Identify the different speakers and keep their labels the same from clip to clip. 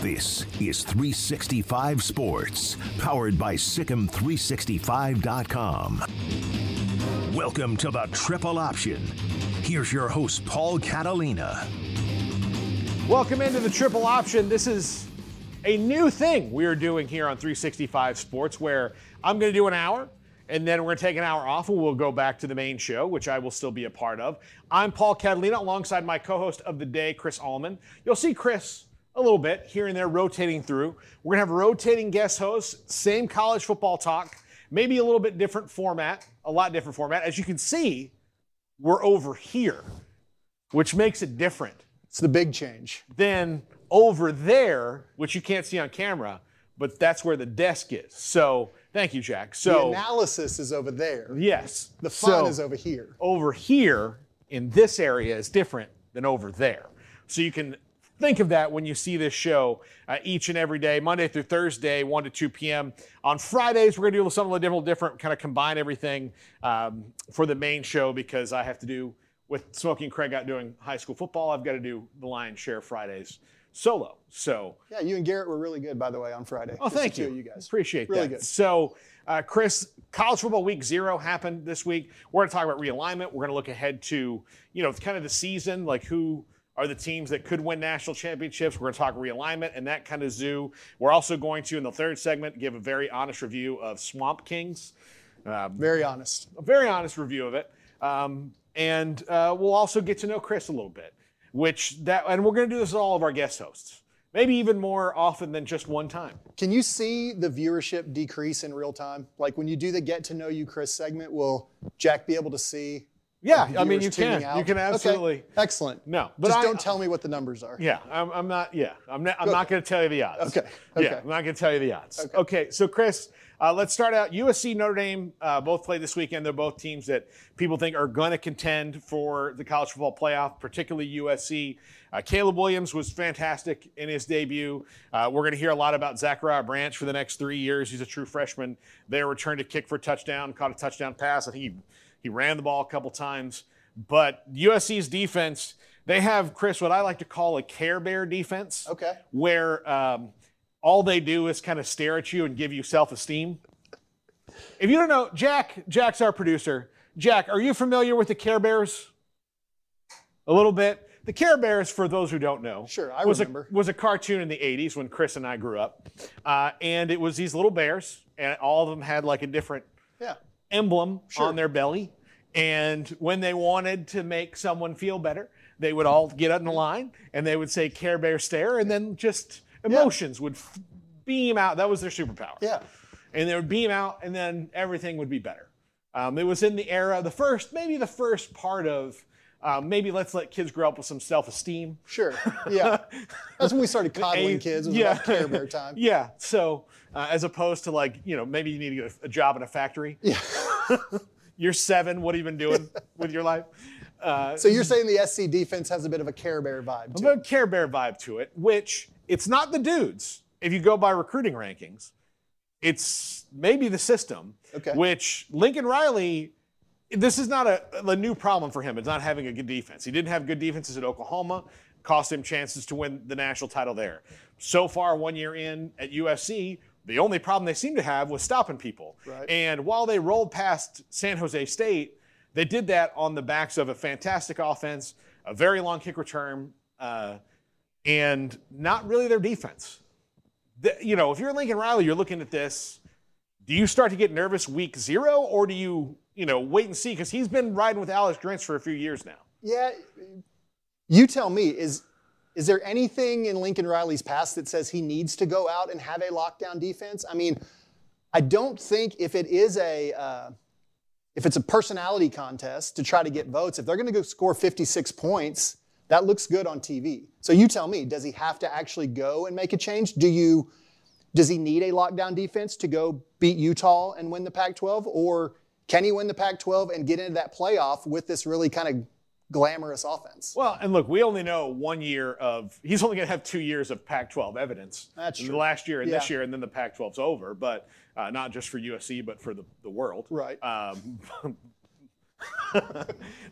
Speaker 1: This is 365 Sports, powered by Sikkim365.com. Welcome to the Triple Option. Here's your host, Paul Catalina.
Speaker 2: Welcome into the Triple Option. This is a new thing we are doing here on 365 Sports, where I'm going to do an hour. And then we're going to take an hour off and we'll go back to the main show, which I will still be a part of. I'm Paul Catalina alongside my co host of the day, Chris Allman. You'll see Chris a little bit here and there rotating through. We're going to have rotating guest hosts, same college football talk, maybe a little bit different format, a lot different format. As you can see, we're over here, which makes it different
Speaker 3: It's the big change.
Speaker 2: than over there, which you can't see on camera, but that's where the desk is. So, thank you, Jack.
Speaker 3: The
Speaker 2: So,
Speaker 3: analysis is over there.
Speaker 2: yes.
Speaker 3: The fun
Speaker 2: So- Oh.
Speaker 3: is over here.
Speaker 2: over here in this area is different than over there. So you can think of that when you see this show uh, each and every day, Monday through Thursday, 1 to 2 p.m. On Fridays, we're going to do a little- something a little different, kind of combine everything um, for the main show because I have to do, with Smokey and Craig out doing high school football, I've got to do the Lion's Share Fridays solo. So
Speaker 3: Yeah, you and Garrett were really good, by the way, on Friday.
Speaker 2: Oh,
Speaker 3: Just the
Speaker 2: thank
Speaker 3: two
Speaker 2: you.
Speaker 3: of you guys.
Speaker 2: Appreciate
Speaker 3: Really
Speaker 2: that.
Speaker 3: good.
Speaker 2: So Uh, Chris, college football week zero happened this week. We're going to talk about realignment. We're going to look ahead to, you know, kind of the season, like who are the teams that could win national championships. We're going to talk realignment and that kind of zoo. We're also going to, in the third segment, give a very honest review of Swamp Kings,
Speaker 3: Very honest.
Speaker 2: a very honest review of it. Um, and uh, we'll also get to know Chris a little bit, which that, and we're going to do this with all of our guest hosts, maybe even more often than just one time.
Speaker 3: Can you see the viewership decrease in real time? Like when you do the get to know you Chris segment, will Jack be able to see?
Speaker 2: Yeah, I
Speaker 3: viewers
Speaker 2: mean, you
Speaker 3: tuning
Speaker 2: can.
Speaker 3: out?
Speaker 2: You can
Speaker 3: Okay,
Speaker 2: absolutely.
Speaker 3: Excellent.
Speaker 2: No, but
Speaker 3: Just
Speaker 2: I-
Speaker 3: don't tell me what the numbers are.
Speaker 2: Yeah, I'm, I'm not. Yeah, I'm not. I'm not going to tell you the odds.
Speaker 3: Okay,
Speaker 2: Yeah,
Speaker 3: okay.
Speaker 2: I'm not going to tell you the odds. Okay. so Chris, uh, let's start out. USC, Notre Dame, uh, both played this weekend. They're both teams that people think are going to contend for the college football playoff, particularly USC. Uh, Caleb Williams was fantastic in his debut. Uh, we're going to hear a lot about Zachariah Branch for the next three years. He's a true freshman. There, returned a kick for a touchdown, caught a touchdown pass. I think he he ran the ball a couple times. But USC's defense, they have Chris what I like to call a Care Bear defense.
Speaker 3: Okay.
Speaker 2: Where um, all they do is kind of stare at you and give you self-esteem. If you don't know, Jack, Jack's our producer. Jack, are you familiar with the Care Bears? A little bit. The Care Bears, for those who don't know,
Speaker 3: Sure, I
Speaker 2: was
Speaker 3: remember.
Speaker 2: A, was a cartoon in the '80s when Chris and I grew up, uh, and it was these little bears, and all of them had like a different
Speaker 3: Yeah.
Speaker 2: emblem on their belly. And when they wanted to make someone feel better, they would all get in the line and they would say Care Bear Stare, and then just emotions would f- beam out. That was their superpower.
Speaker 3: Yeah.
Speaker 2: And they would beam out, and then everything would be better. Um, it was in the era, the first, maybe the first part of um, maybe let's let kids grow up with some self esteem.
Speaker 3: Sure. Yeah. That's when we started coddling
Speaker 2: Eight-
Speaker 3: kids. It was about Care Bear time.
Speaker 2: Yeah. So uh, as opposed to like, you know, maybe you need to get a, a job in a factory. Yeah. You're seven. What have you been doing with your life? Uh,
Speaker 3: So you're saying the SC defense has a bit of a Care Bear vibe to it.
Speaker 2: a Care Bear vibe to it, which it's not the dudes. If you go by recruiting rankings, it's maybe the system.
Speaker 3: Okay.
Speaker 2: Which Lincoln Riley, this is not a, a new problem for him. It's not having a good defense. He didn't have good defenses at Oklahoma, cost him chances to win the national title there. So far, one year in at USC, the only problem they seem to have was stopping people.
Speaker 3: Right.
Speaker 2: And while they rolled past San Jose State, they did that on the backs of a fantastic offense, a very long kick return, uh, and not really their defense. The- you know, if you're Lincoln Riley, you're looking at this. Do you start to get nervous week zero, or do you, you know, wait and see? Because he's been riding with Alex Grinch for a few years now.
Speaker 3: Yeah. You tell me, is is there anything in Lincoln Riley's past that says he needs to go out and have a lockdown defense? I mean, I don't think if it is a uh, if it's a personality contest to try to get votes, if they're going to go score 56 points, that looks good on TV. So you tell me, does he have to actually go and make a change? Do you does he need a lockdown defense to go beat Utah and win the Pac-12 or can he win the Pac-12 and get into that playoff with this really kind of glamorous offense?
Speaker 2: Well, and look, we only know one year of. He's only going to have two years of Pac-12 evidence.
Speaker 3: That's
Speaker 2: The
Speaker 3: true.
Speaker 2: Last year and this
Speaker 3: Yeah.
Speaker 2: year, and then the Pac-12's over. But uh, not just for USC, but for the, the world.
Speaker 3: Right.
Speaker 2: Um,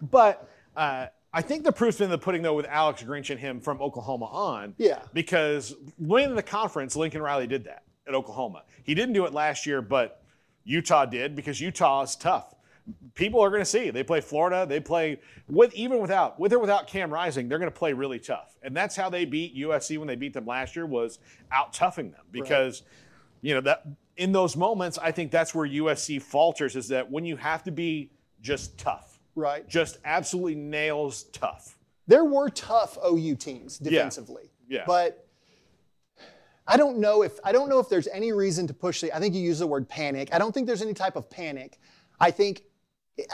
Speaker 2: but uh, I think the proof's in the pudding, though, with Alex Grinch and him from Oklahoma on.
Speaker 3: Yeah.
Speaker 2: Because winning the conference, Lincoln Riley did that at Oklahoma. He didn't do it last year, but Utah did because Utah is tough. People are going to see. They play Florida. They play with even without with or without Cam Rising. They're going to play really tough, and that's how they beat USC when they beat them last year was out toughing them because you know that in those moments i think that's where usc falters is that when you have to be just tough
Speaker 3: Right.
Speaker 2: just absolutely nails tough
Speaker 3: There were tough OU teams defensively.
Speaker 2: Yeah.
Speaker 3: But I don't know if I don't know if there's any reason to push the I think you use the word panic. I don't think there's any type of panic. I think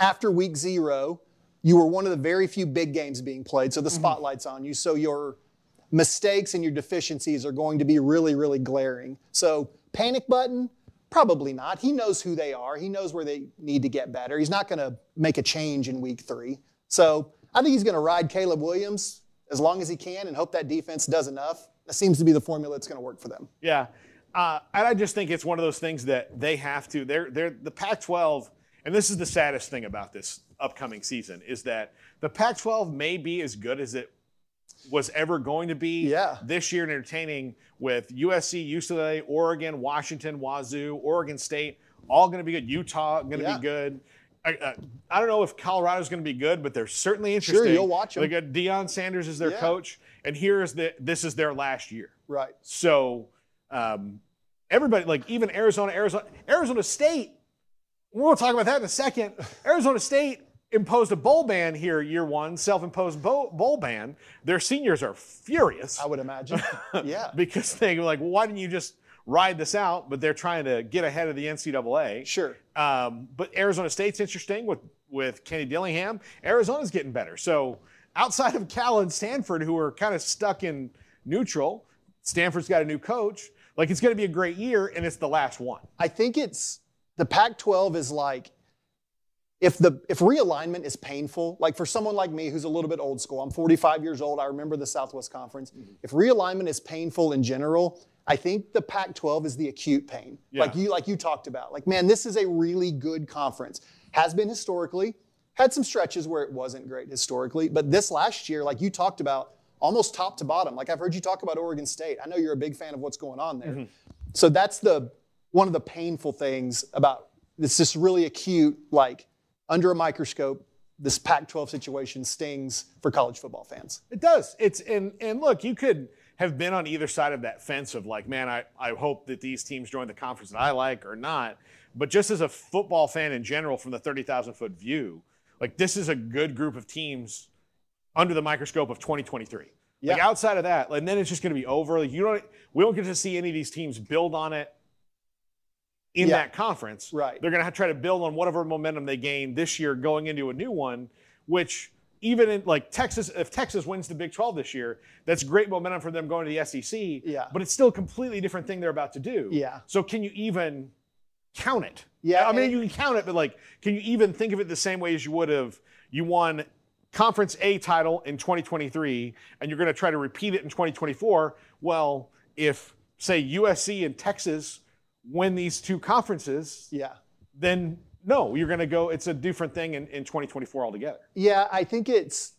Speaker 3: after week 0, you were one of the very few big games being played, so the spotlight's on you. So your mistakes and your deficiencies are going to be really really glaring. So panic button Probably not. He knows who they are. He knows where they need to get better. He's not going to make a change in week three. So I think he's going to ride Caleb Williams as long as he can and hope that defense does enough. That seems to be the formula that's going to work for them.
Speaker 2: yeah uh, and i just think it's one of those things that they have to they're they're the pac 12 and this is the saddest thing about this upcoming season is that the pac 12 may be as good as it was ever going to be
Speaker 3: Yeah.
Speaker 2: this year in entertaining with USC, UCLA, Oregon, Washington, Wazoo, Oregon State, all going to be good. Utah going to
Speaker 3: Yeah.
Speaker 2: be good. I, uh, I don't know if Colorado's going to be good, but they're certainly
Speaker 3: Sure,
Speaker 2: interesting.
Speaker 3: you'll watch 'em.
Speaker 2: They got Deion Sanders is their
Speaker 3: Yeah.
Speaker 2: coach, and here is the this is their last year.
Speaker 3: Right.
Speaker 2: So um, everybody, like even Arizona, Arizona, Arizona State. We'll talk about that in a second. Arizona State imposed a bowl ban here year one, self-imposed bowl, bowl ban. Their seniors are furious
Speaker 3: I would imagine. yeah.
Speaker 2: because they were like, well, why didn't you just ride this out? But they're trying to get ahead of the NCAA.
Speaker 3: Sure.
Speaker 2: Um, but Arizona State's interesting with with Kenny Dillingham. Arizona's getting better. So outside of Cal and Stanford, who are kind of stuck in neutral, Stanford's got a new coach. Like it's going to be a great year, and it's the last one.
Speaker 3: I think it's the Pac-12 is like if the if realignment is painful, like for someone like me who's a little bit old school, I'm 45 years old, I remember the Southwest Conference. If realignment is painful in general, I think the Pac-12 is the acute pain. Like
Speaker 2: Yeah.
Speaker 3: you like you talked about. Like man, this is a really good conference. Has been historically, had some stretches where it wasn't great historically, but this last year like you talked about almost top to bottom. Like I've heard you talk about Oregon State. I know you're a big fan of what's going on there. So that's the one of the painful things about this just really acute, like under a microscope, this Pac-12 situation stings for college football fans.
Speaker 2: It does. It's and and look, you could have been on either side of that fence of like, man, I, I hope that these teams join the conference that I like or not. But just as a football fan in general, from the thirty thousand foot view, like this is a good group of teams under the microscope of twenty twenty three. Like
Speaker 3: Yeah.
Speaker 2: outside of that, and then it's just going to be over. Like you don't, we don't get to see any of these teams build on it in
Speaker 3: Yeah.
Speaker 2: that conference.
Speaker 3: Right.
Speaker 2: They're going to have to try to build on whatever momentum they gained this year going into a new one, which even in like Texas, if Texas wins the Big 12 this year, that's great momentum for them going to the SEC.
Speaker 3: Yeah.
Speaker 2: But it's still a completely different thing they're about to do.
Speaker 3: Yeah.
Speaker 2: So can you even count it?
Speaker 3: Yeah,
Speaker 2: I mean,
Speaker 3: and-
Speaker 2: you can count it, but like, can you even think of it the same way as you would have you won Conference A title in 2023 and you're going to try to repeat it in 2024? Well, if say USC and Texas win these two conferences,
Speaker 3: Yeah.
Speaker 2: then no, you're going to go. It's a different thing in, in 2024 altogether.
Speaker 3: Yeah, I think it's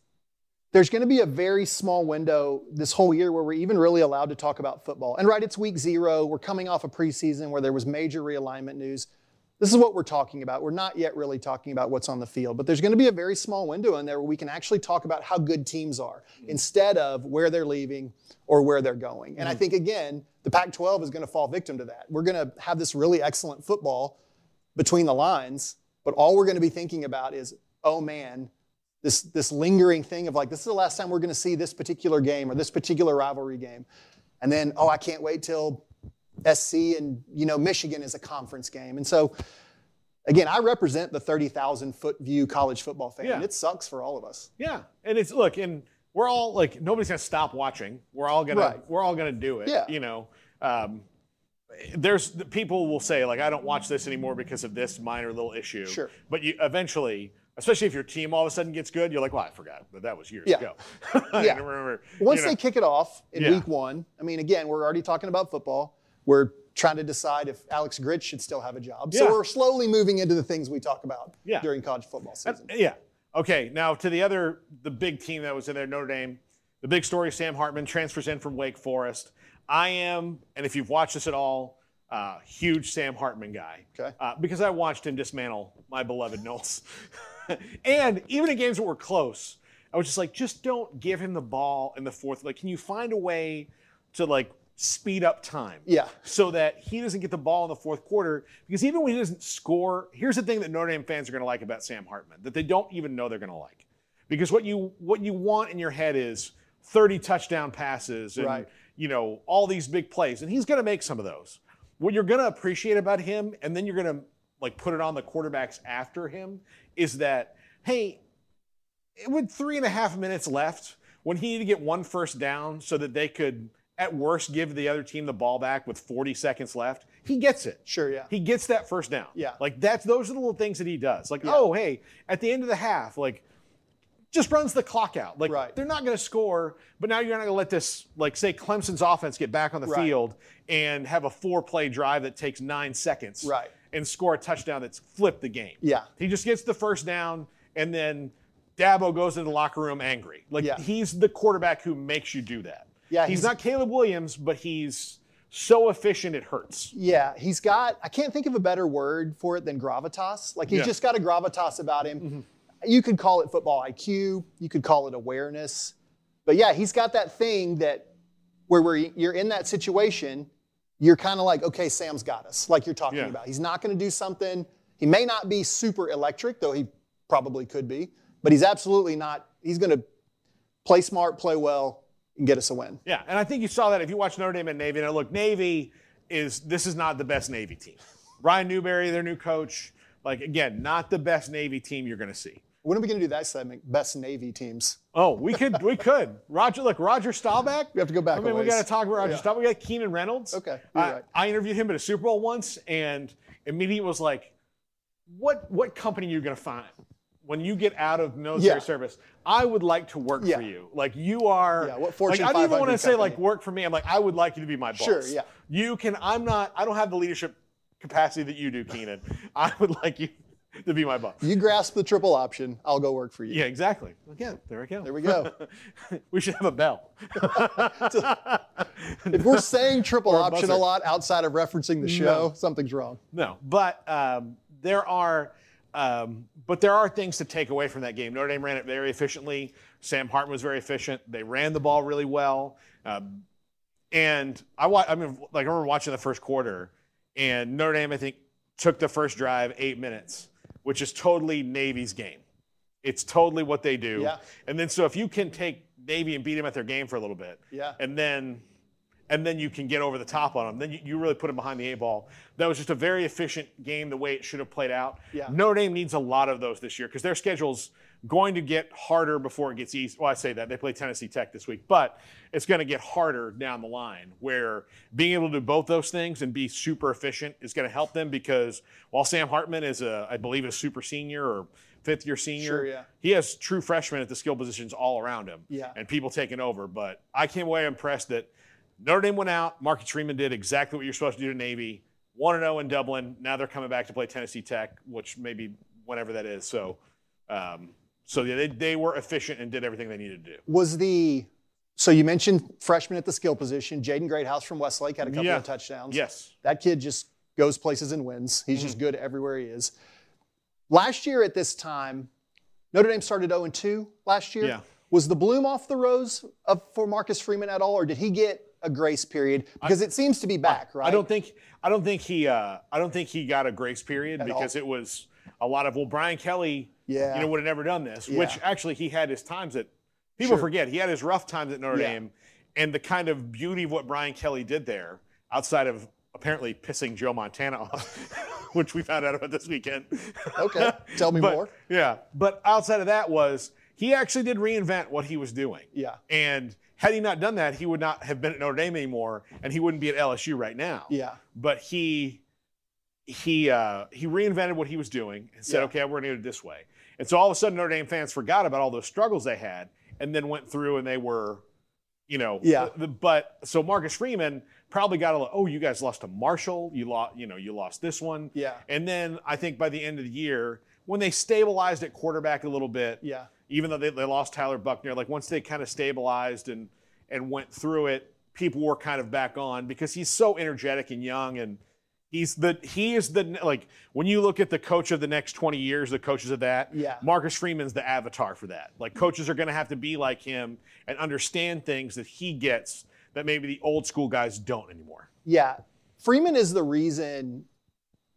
Speaker 3: there's going to be a very small window this whole year where we're even really allowed to talk about football. And right, it's week zero. We're coming off a preseason where there was major realignment news. This is what we're talking about. We're not yet really talking about what's on the field, but there's going to be a very small window in there where we can actually talk about how good teams are instead of where they're leaving or where they're going. And I think, again, the Pac 12 is going to fall victim to that. We're going to have this really excellent football between the lines, but all we're going to be thinking about is, oh man, this this lingering thing of like this is the last time we're going to see this particular game or this particular rivalry game, and then oh I can't wait till SC and you know Michigan is a conference game, and so again I represent the thirty thousand foot view college football fan.
Speaker 2: Yeah.
Speaker 3: It sucks for all of us.
Speaker 2: Yeah, and it's look, and we're all like nobody's gonna stop watching. We're all gonna
Speaker 3: Right.
Speaker 2: we're all gonna do it.
Speaker 3: Yeah.
Speaker 2: you know. Um, there's the people will say like I don't watch this anymore because of this minor little issue.
Speaker 3: Sure.
Speaker 2: But you eventually, especially if your team all of a sudden gets good, you're like, well, I forgot that that was years
Speaker 3: Yeah.
Speaker 2: ago. I
Speaker 3: Yeah.
Speaker 2: didn't remember. you
Speaker 3: Once
Speaker 2: know.
Speaker 3: they kick it off in
Speaker 2: Yeah.
Speaker 3: week one, I mean again we're already talking about football. We're trying to decide if Alex Gritch should still have a job. So
Speaker 2: Yeah.
Speaker 3: we're slowly moving into the things we talk about
Speaker 2: Yeah.
Speaker 3: during college football season.
Speaker 2: Uh, Yeah. Okay. Now to the other, the big team that was in there, Notre Dame. The big story: Sam Hartman transfers in from Wake Forest. I am, and if you've watched this at all, uh, huge Sam Hartman guy.
Speaker 3: Okay.
Speaker 2: Uh, because I watched him dismantle my beloved Knowles, and even in games that were close, I was just like, just don't give him the ball in the fourth. Like, can you find a way to like speed up time?
Speaker 3: Yeah.
Speaker 2: so that he doesn't get the ball in the fourth quarter. Because even when he doesn't score, here's the thing that Notre Dame fans are going to like about Sam Hartman that they don't even know they're going to like. Because what you what you want in your head is 30 touchdown passes and
Speaker 3: Right.
Speaker 2: you know all these big plays, and he's going to make some of those. What you're going to appreciate about him, and then you're going to like put it on the quarterbacks after him, is that hey, with three and a half minutes left, when he needed to get one first down so that they could, at worst, give the other team the ball back with 40 seconds left, he gets it.
Speaker 3: Sure, yeah.
Speaker 2: He gets that first down.
Speaker 3: Yeah.
Speaker 2: Like that's those are the little things that he does. Like, oh hey, at the end of the half, like just runs the clock out. Like
Speaker 3: Right.
Speaker 2: they're not going to score, but now you're not going to let this like say Clemson's offense get back on the
Speaker 3: Right.
Speaker 2: field and have a four-play drive that takes 9 seconds
Speaker 3: Right.
Speaker 2: and score a touchdown that's flipped the game.
Speaker 3: Yeah.
Speaker 2: He just gets the first down, and then Dabo goes into the locker room angry. Like
Speaker 3: Yeah.
Speaker 2: he's the quarterback who makes you do that.
Speaker 3: Yeah,
Speaker 2: he's,
Speaker 3: he's-
Speaker 2: not Caleb Williams, but he's so efficient it hurts.
Speaker 3: Yeah, he's got, I can't think of a better word for it than gravitas. Like he's
Speaker 2: Yeah. Mm-hmm.
Speaker 3: just got a gravitas about him. You could call it football IQ, you could call it awareness. But yeah, he's got that thing that where, where you're in that situation, you're kind of like, okay, Sam's got us, like you're talking
Speaker 2: Yeah.
Speaker 3: about. He's not going to do something. He may not be super electric, though he probably could be, but he's absolutely not. He's going to play smart, play well, and get us a win.
Speaker 2: Yeah, and I think you saw that if you watch Notre Dame and Navy. Now, look, Navy is this is not the best Navy team. Ryan Newberry, their new coach, like again, not the best Navy team you're going to see.
Speaker 3: When are we going to do that segment? Best Navy teams.
Speaker 2: Oh, we could, we could. Roger, look, Roger Staubach.
Speaker 3: We have to go back
Speaker 2: I
Speaker 3: a
Speaker 2: mean, we
Speaker 3: ways.
Speaker 2: got to talk about Roger
Speaker 3: Yeah.
Speaker 2: Staubach. We got Keenan Reynolds.
Speaker 3: Okay, you're
Speaker 2: I,
Speaker 3: right.
Speaker 2: I interviewed him at a Super Bowl once, and immediately was like, "What, what company are you going to find when you get out of military
Speaker 3: Yeah.
Speaker 2: service? I would like to work
Speaker 3: Yeah.
Speaker 2: for you. Like you are.
Speaker 3: Yeah, what Fortune
Speaker 2: like, I don't even
Speaker 3: 500
Speaker 2: wanna say like
Speaker 3: company?
Speaker 2: work for me. I'm like, I would like you to be my boss.
Speaker 3: Sure, yeah.
Speaker 2: You can. I'm not. I don't have the leadership capacity that you do, Keenan. I would like you to be my boss.
Speaker 3: You grasp the triple option, I'll go work for you.
Speaker 2: Yeah, exactly. Again, there we go.
Speaker 3: There we go.
Speaker 2: we should have a bell.
Speaker 3: if we're saying triple
Speaker 2: a
Speaker 3: option a
Speaker 2: buzzer.
Speaker 3: lot outside of referencing the show, something's wrong.
Speaker 2: No, but um, there are, um, but there are things to take away from that game. Notre Dame ran it very efficiently. Sam Hartman was very efficient. They ran the ball really well. Um, and I, wa- I mean, like I remember watching the first quarter, and Notre Dame, I think, took the first drive eight minutes, which is totally Navy's game. It's totally what they do.
Speaker 3: Yeah.
Speaker 2: And then so if you can take Navy and beat them at their game for a little bit,
Speaker 3: Yeah.
Speaker 2: and then and then you can get over the top on them. Then you, you really put them behind the eight ball. That was just a very efficient game the way it should have played out.
Speaker 3: Yeah.
Speaker 2: Notre Dame needs a lot of those this year because their schedule's going to get harder before it gets easy. Well, I say that they play Tennessee Tech this week, but it's going to get harder down the line where being able to do both those things and be super efficient is going to help them because while Sam Hartman is a, I believe, a super senior or fifth year senior,
Speaker 3: Sure, yeah.
Speaker 2: he has true freshmen at the skill positions all around him
Speaker 3: Yeah.
Speaker 2: and people taking over. But I came away impressed that Notre Dame went out. Marcus Freeman did exactly what you're supposed to do to Navy. 1 0 in Dublin. Now they're coming back to play Tennessee Tech, which maybe whenever that is. So, um, so yeah, they, they were efficient and did everything they needed to do.
Speaker 3: Was the so you mentioned freshman at the skill position, Jaden Greathouse from Westlake had a couple
Speaker 2: Yeah. Mm-hmm.
Speaker 3: of touchdowns.
Speaker 2: Yes.
Speaker 3: That kid just goes places and wins. He's just good everywhere he is. Last year at this time, Notre Dame started 0 2 last year.
Speaker 2: Yeah.
Speaker 3: Was the bloom off the rose of, for Marcus Freeman at all, or did he get a grace period? Because it seems to be back, right?
Speaker 2: I don't think I don't think he uh, I don't think he got a grace period because it was a lot of well Brian Kelly
Speaker 3: Yeah.
Speaker 2: you know would have never done this which
Speaker 3: Yeah.
Speaker 2: actually he had his times at people forget he had his rough times at Notre
Speaker 3: Yeah.
Speaker 2: Dame and the kind of beauty of what Brian Kelly did there outside of apparently pissing Joe Montana off which we found out about this weekend
Speaker 3: Okay, tell me
Speaker 2: But-
Speaker 3: more.
Speaker 2: yeah but outside of that was he actually did reinvent what he was doing
Speaker 3: Yeah.
Speaker 2: and had he not done that, he would not have been at Notre Dame anymore, and he wouldn't be at LSU right now.
Speaker 3: Yeah.
Speaker 2: But he he uh, he reinvented what he was doing and said,
Speaker 3: Yeah.
Speaker 2: "Okay, we're going to do it this way." And so all of a sudden, Notre Dame fans forgot about all those struggles they had, and then went through and they were, you know,
Speaker 3: Yeah.
Speaker 2: th- th- but so Marcus Freeman probably got a little. Oh, you guys lost to Marshall. You lost. You know, you lost this one.
Speaker 3: Yeah.
Speaker 2: And then I think by the end of the year, when they stabilized at quarterback a little bit,
Speaker 3: Yeah.
Speaker 2: even though they, they lost Tyler Buckner, like once they kind of stabilized and and went through it, people were kind of back on because he's so energetic and young and he's the he is the like when you look at the coach of the next 20 years, the coaches of that,
Speaker 3: Yeah.
Speaker 2: Marcus Freeman's the avatar for that. Like coaches are going to have to be like him and understand things that he gets that maybe the old school guys don't anymore.
Speaker 3: Yeah, Freeman is the reason.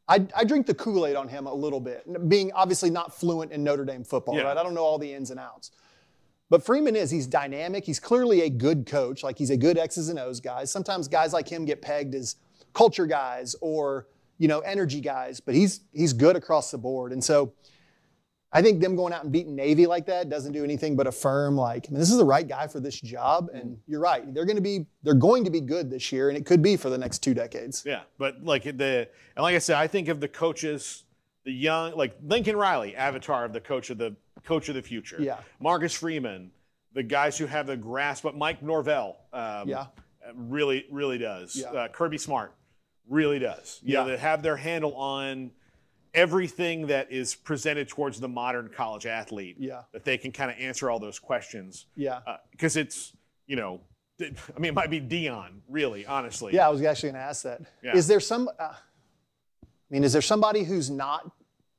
Speaker 3: I, I drink the Kool Aid on him a little bit, n- being obviously not fluent in Notre Dame football,
Speaker 2: Yeah.
Speaker 3: right? I don't know all the ins and outs. But Freeman is, he's dynamic. He's clearly a good coach. Like he's a good X's and O's guy. Sometimes guys like him get pegged as culture guys or, you know, energy guys, but he's he's good across the board. And so I think them going out and beating Navy like that doesn't do anything but affirm like, I mean, this is the right guy for this job.
Speaker 2: Mm.
Speaker 3: And you're right. They're gonna be they're going to be good this year, and it could be for the next two decades.
Speaker 2: Yeah, but like the and like I said, I think of the coaches, the young like Lincoln Riley, avatar of the coach of the coach of the future.
Speaker 3: Yeah.
Speaker 2: Marcus Freeman, the guys who have the grasp, but Mike Norvell, um,
Speaker 3: Yeah.
Speaker 2: really really does.
Speaker 3: Yeah.
Speaker 2: Uh, Kirby Smart, really does. You know,
Speaker 3: Yeah.
Speaker 2: they have their handle on everything that is presented towards the modern college athlete.
Speaker 3: Yeah.
Speaker 2: that they can kind of answer all those questions
Speaker 3: Yeah.
Speaker 2: because it's you know th- I mean, it might be Dion, really, honestly.
Speaker 3: Yeah, I was actually going to ask that. Is
Speaker 2: Yeah.
Speaker 3: there some? Uh, I mean, is there somebody who's not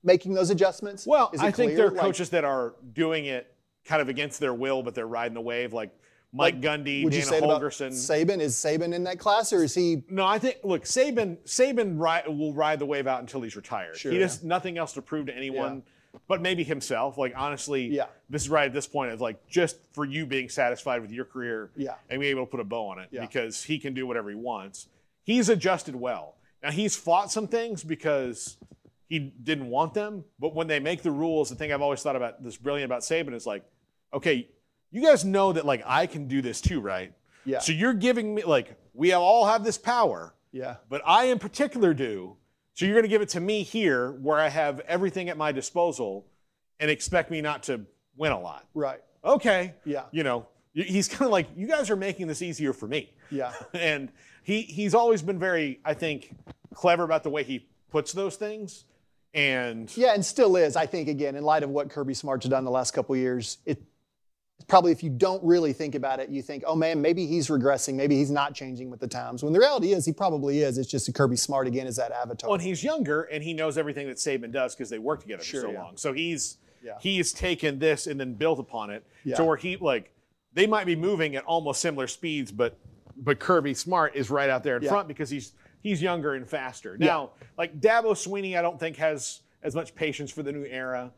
Speaker 3: making those adjustments?
Speaker 2: Well,
Speaker 3: Is it
Speaker 2: I think
Speaker 3: clear?
Speaker 2: there are
Speaker 3: Like,
Speaker 2: coaches that are doing it kind of against their will, but they're riding the wave, like Mike Gundy,
Speaker 3: would you
Speaker 2: Dana
Speaker 3: say that about
Speaker 2: Holgerson.
Speaker 3: Saban? Is Saban in that class, or is he?
Speaker 2: no, I think look, Saban, Saban ri- will ride the wave out until he's retired.
Speaker 3: Sure,
Speaker 2: he just nothing else to prove to anyone, but maybe himself. Like honestly,
Speaker 3: Yeah.
Speaker 2: this is right at this point. It's like just for you being satisfied with your career
Speaker 3: Yeah.
Speaker 2: and being able to put a bow on it
Speaker 3: Yeah.
Speaker 2: because he can do whatever he wants. He's adjusted well. Now he's fought some things because he didn't want them, but when they make the rules, the thing I've always thought about this brilliant about Saban is like, okay, you guys know that like I can do this too, right?
Speaker 3: Yeah.
Speaker 2: So you're giving me like we all have this power,
Speaker 3: Yeah.
Speaker 2: but I in particular do. So you're going to give it to me here where I have everything at my disposal and expect me not to win a lot.
Speaker 3: Right.
Speaker 2: Okay.
Speaker 3: Yeah.
Speaker 2: You know, y- he's kind of like you guys are making this easier for me.
Speaker 3: Yeah.
Speaker 2: and he he's always been very I think clever about the way he puts those things and
Speaker 3: Yeah, and still is. I think again, in light of what Kirby Smart's done the last couple years, it probably if you don't really think about it, you think, oh man, maybe he's regressing, maybe he's not changing with the times. When the reality is, he probably is. It's just that Kirby Smart again is that avatar.
Speaker 2: Well, and he's younger, and he knows everything that Saban does because they work together
Speaker 3: Sure,
Speaker 2: for so
Speaker 3: yeah.
Speaker 2: long. So he's
Speaker 3: Yeah.
Speaker 2: he's taken this and then built upon it
Speaker 3: Yeah.
Speaker 2: to where he like they might be moving at almost similar speeds, but but Kirby Smart is right out there in
Speaker 3: Yeah.
Speaker 2: front because he's he's younger and faster. Now, like Dabo Sweeney, I don't think has as much patience for the new era.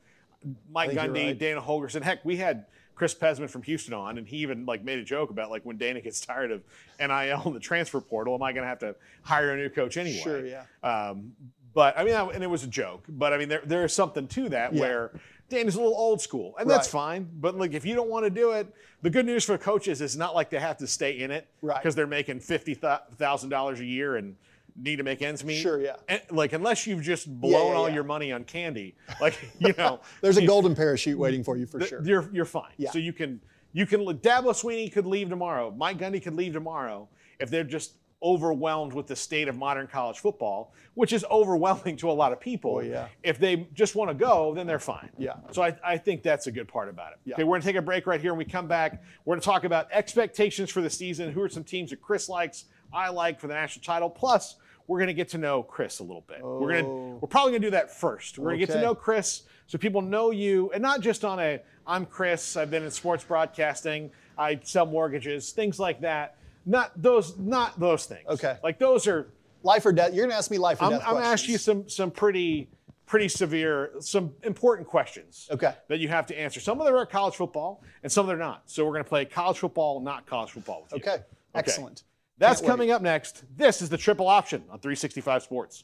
Speaker 2: Mike
Speaker 3: think you're
Speaker 2: Gundy,
Speaker 3: right.
Speaker 2: Dana Holgerson. Heck, we had Chris Pesman from Houston on, and he even like made a joke about like when Dana gets tired of NIL and the transfer portal, am I going to have to hire a new coach anyway?
Speaker 3: Sure, yeah.
Speaker 2: Um, but I mean, I, and it was a joke. But I mean, there there is something to that
Speaker 3: Yeah.
Speaker 2: where Dan is a little old school, and that's
Speaker 3: Right.
Speaker 2: fine. But like, if you don't want to do it, the good news for coaches is not like they have to stay in it
Speaker 3: Right.
Speaker 2: because they're making fifty thousand dollars a year and need to make ends meet.
Speaker 3: Sure, yeah.
Speaker 2: And, like unless you've just blown
Speaker 3: yeah,
Speaker 2: all
Speaker 3: yeah.
Speaker 2: your money on candy, like you know,
Speaker 3: There's a golden parachute waiting for you for
Speaker 2: th-
Speaker 3: sure.
Speaker 2: You're you're fine.
Speaker 3: Yeah.
Speaker 2: So you can you can Dabo Sweeney could leave tomorrow. Mike Gundy could leave tomorrow if they're just overwhelmed with the state of modern college football, which is overwhelming to a lot of people.
Speaker 3: Oh, yeah.
Speaker 2: If they just want to go, then they're fine.
Speaker 3: Yeah.
Speaker 2: So I, I think that's a good part about it.
Speaker 3: Yeah.
Speaker 2: Okay, we're gonna take a break right here and we come back. We're gonna talk about expectations for the season. Who are some teams that Chris likes, I like for the national title? Plus, we're gonna get to know Chris a little bit. We're gonna we're probably gonna do that first. We're gonna get to
Speaker 3: Oh. Okay.
Speaker 2: know Chris so people know you and not just on a I'm Chris, I've been in sports broadcasting, I sell mortgages, things like that. Not those not those things.
Speaker 3: Okay.
Speaker 2: Like those are
Speaker 3: life or death. You're gonna ask me life or
Speaker 2: I'm,
Speaker 3: death.
Speaker 2: I'm asking you
Speaker 3: questions.
Speaker 2: some some pretty pretty severe, some important questions.
Speaker 3: Okay.
Speaker 2: That you have to answer. Some of them are college football, and some of them are not. So we're going to play college football, not college football. With you.
Speaker 3: Okay. Excellent.
Speaker 2: That's
Speaker 3: Can't wait.
Speaker 2: coming up next. This is the triple option on 365 Sports.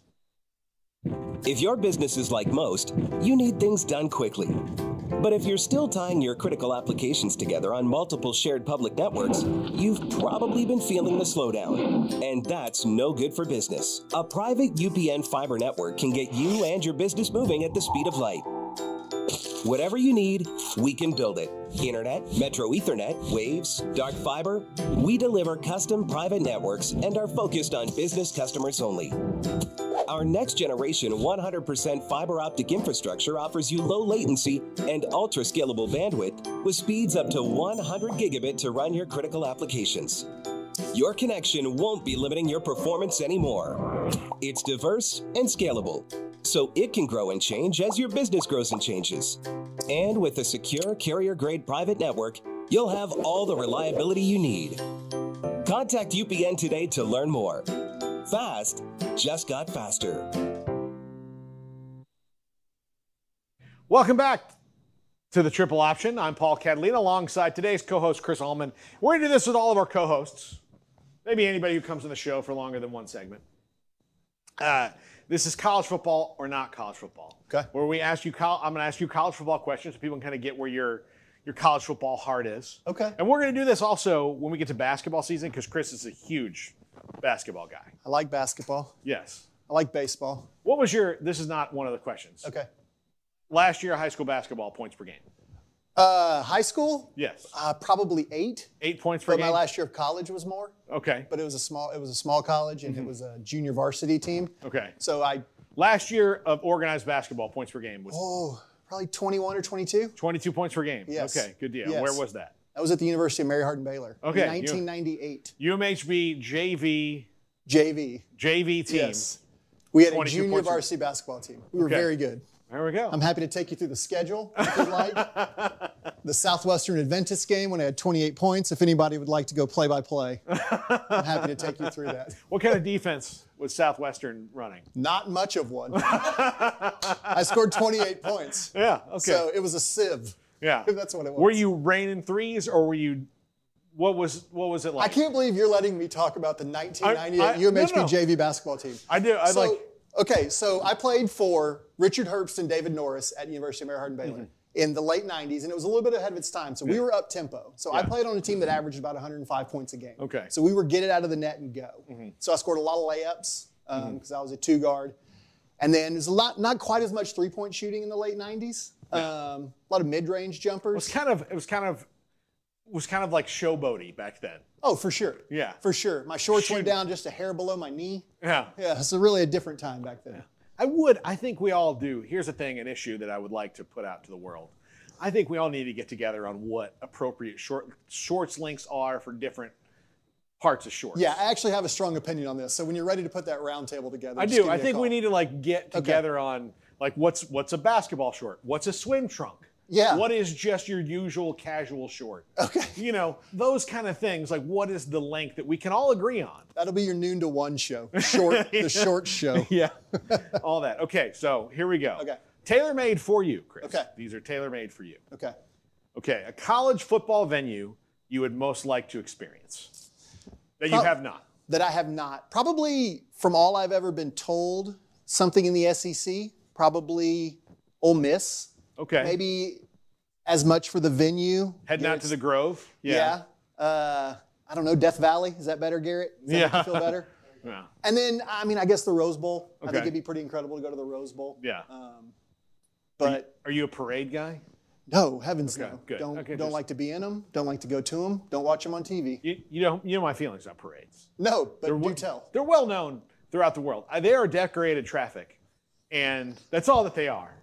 Speaker 4: If your business is like most, you need things done quickly. But if you're still tying your critical applications together on multiple shared public networks, you've probably been feeling the slowdown. And that's no good for business. A private UPN fiber network can get you and your business moving at the speed of light. Whatever you need, we can build it. Internet, Metro Ethernet, Waves, Dark Fiber. We deliver custom private networks and are focused on business customers only. Our next generation 100% fiber optic infrastructure offers you low latency and ultra scalable bandwidth with speeds up to 100 gigabit to run your critical applications. Your connection won't be limiting your performance anymore. It's diverse and scalable, so it can grow and change as your business grows and changes. And with a secure carrier grade private network, you'll have all the reliability you need. Contact UPN today to learn more. Fast just got faster.
Speaker 2: Welcome back to the Triple Option. I'm Paul Catalina alongside today's co host, Chris Allman. We're going to do this with all of our co hosts, maybe anybody who comes on the show for longer than one segment. Uh, this is college football or not college football.
Speaker 3: Okay.
Speaker 2: Where we ask you, col- I'm going to ask you college football questions so people can kind of get where your your college football heart is.
Speaker 3: Okay.
Speaker 2: And we're going to do this also when we get to basketball season because Chris is a huge basketball guy.
Speaker 3: I like basketball.
Speaker 2: Yes.
Speaker 3: I like baseball.
Speaker 2: What was your? This is not one of the questions.
Speaker 3: Okay.
Speaker 2: Last year, high school basketball points per game.
Speaker 3: Uh, high school,
Speaker 2: Yes.
Speaker 3: uh, probably eight.
Speaker 2: Eight points per
Speaker 3: But
Speaker 2: game.
Speaker 3: my last year of college was more.
Speaker 2: Okay.
Speaker 3: But it was a small. It was a small college, and it was a junior varsity team.
Speaker 2: Okay.
Speaker 3: So I
Speaker 2: Last year of organized basketball
Speaker 3: Oh.
Speaker 2: points per game was
Speaker 3: probably 21 or 22.
Speaker 2: 22 points per game.
Speaker 3: Yes.
Speaker 2: Okay. Good deal.
Speaker 3: Yes.
Speaker 2: Where was that?
Speaker 3: That was at the University of Mary Hardin Baylor.
Speaker 2: Okay, you-
Speaker 3: In 1998.
Speaker 2: UMHB JV
Speaker 3: JV.
Speaker 2: JV team.
Speaker 3: Yes. We had a
Speaker 2: 22
Speaker 3: junior
Speaker 2: points.
Speaker 3: varsity basketball team. We were
Speaker 2: Okay.
Speaker 3: very good.
Speaker 2: There we go.
Speaker 3: I'm happy to take you through the schedule if you'd like. the Southwestern Adventist game when I had 28 points. If anybody would like to go play by play, I'm happy to take you through that.
Speaker 2: what kind of defense was Southwestern running?
Speaker 3: Not much of one. I scored 28 points.
Speaker 2: Yeah. Okay.
Speaker 3: So it was a sieve.
Speaker 2: yeah.
Speaker 3: That's what it was.
Speaker 2: Were you raining threes or were you? What was what was it
Speaker 3: I
Speaker 2: like?
Speaker 3: can't believe you're letting me talk about the 1998
Speaker 2: I- I- no,
Speaker 3: UMHB
Speaker 2: no.
Speaker 3: JV basketball team.
Speaker 2: I do. I
Speaker 3: so,
Speaker 2: like-
Speaker 3: Okay, so I played for Richard Herbst and David Norris at University of Mary Hardin Baylor
Speaker 2: Mm-hmm.
Speaker 3: in the late 90s, and it was a little bit ahead of its time. So we were up tempo. So I played on a team that averaged about 105 points a game.
Speaker 2: Okay. Mm-hmm.
Speaker 3: So we were get it out of the net and go. So I scored a lot of layups because I was a two guard. And then there's a lot, not quite as much three point shooting in the late 90s. Um, a lot of mid range
Speaker 2: It was
Speaker 3: jumpers.
Speaker 2: kind of it was kind of was kind of like showboaty back then.
Speaker 3: Oh, for sure.
Speaker 2: Yeah.
Speaker 3: For sure. My shorts went
Speaker 2: Shooting.
Speaker 3: down just a hair below my knee.
Speaker 2: Yeah.
Speaker 3: Yeah, so really a different time back then.
Speaker 2: I would. I think we all do. Here's a thing, an issue that I would like to put out to the world. I think we all need to get together on what appropriate short shorts links are for different parts of shorts.
Speaker 3: Yeah, I actually have a strong opinion on this. So when you're ready to put that round table together,
Speaker 2: I
Speaker 3: just
Speaker 2: do.
Speaker 3: give
Speaker 2: I
Speaker 3: me a
Speaker 2: think
Speaker 3: call.
Speaker 2: we need to like get together on like what's what's a basketball short, what's a swim trunk,
Speaker 3: Yeah.
Speaker 2: what is just your usual casual short. Okay. You know those kind of things. Like what is the length that we can all agree on?
Speaker 3: That'll be your noon to one show. Short, the short show.
Speaker 2: Yeah. all that. Okay. So here we go.
Speaker 3: Okay.
Speaker 2: Tailor made for you, Chris.
Speaker 3: Okay.
Speaker 2: These are tailor made for you.
Speaker 3: Okay.
Speaker 2: Okay, a college football venue you would most like to experience that you
Speaker 3: Prob-
Speaker 2: have not.
Speaker 3: That I have not. Probably from all I've ever been told, something in the SEC, probably Ole Miss.
Speaker 2: Okay,
Speaker 3: Maybe as much for the venue.
Speaker 2: heading out to the Grove.
Speaker 3: Yeah. Uh, I don't know, Death Valley. Is that better, Garrett? Does that make
Speaker 2: Yeah.
Speaker 3: you feel better?
Speaker 2: Yeah.
Speaker 3: And then, I mean, I guess the Rose Bowl. I
Speaker 2: Okay.
Speaker 3: think it'd be pretty incredible to go to the Rose Bowl.
Speaker 2: Yeah.
Speaker 3: Uh, But
Speaker 2: Are you a parade guy?
Speaker 3: No, heavens no.
Speaker 2: good.
Speaker 3: Don't
Speaker 2: Okay,
Speaker 3: don't
Speaker 2: just-
Speaker 3: like to be in them. Don't like to go to them. Don't watch them on TV.
Speaker 2: You, you know, you know my feelings on parades.
Speaker 3: No, but do
Speaker 2: we-
Speaker 3: tell.
Speaker 2: They're well known throughout the world. Uh, They are decorated traffic, and that's all that they are.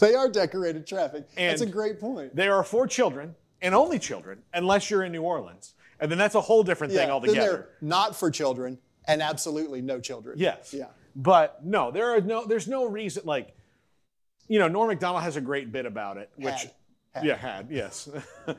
Speaker 3: They are decorated traffic. That's a
Speaker 2: And-
Speaker 3: great point.
Speaker 2: They are for children and only children, unless you're in New Orleans, and then that's a whole different thing
Speaker 3: then they're
Speaker 2: altogether.
Speaker 3: not for children and absolutely no children.
Speaker 2: Yes.
Speaker 3: Yeah.
Speaker 2: But no, there are no. There's no reason. Like, you know, Norm Macdonald has a great bit about it, which.
Speaker 3: Had. Had.
Speaker 2: Yeah, had yes.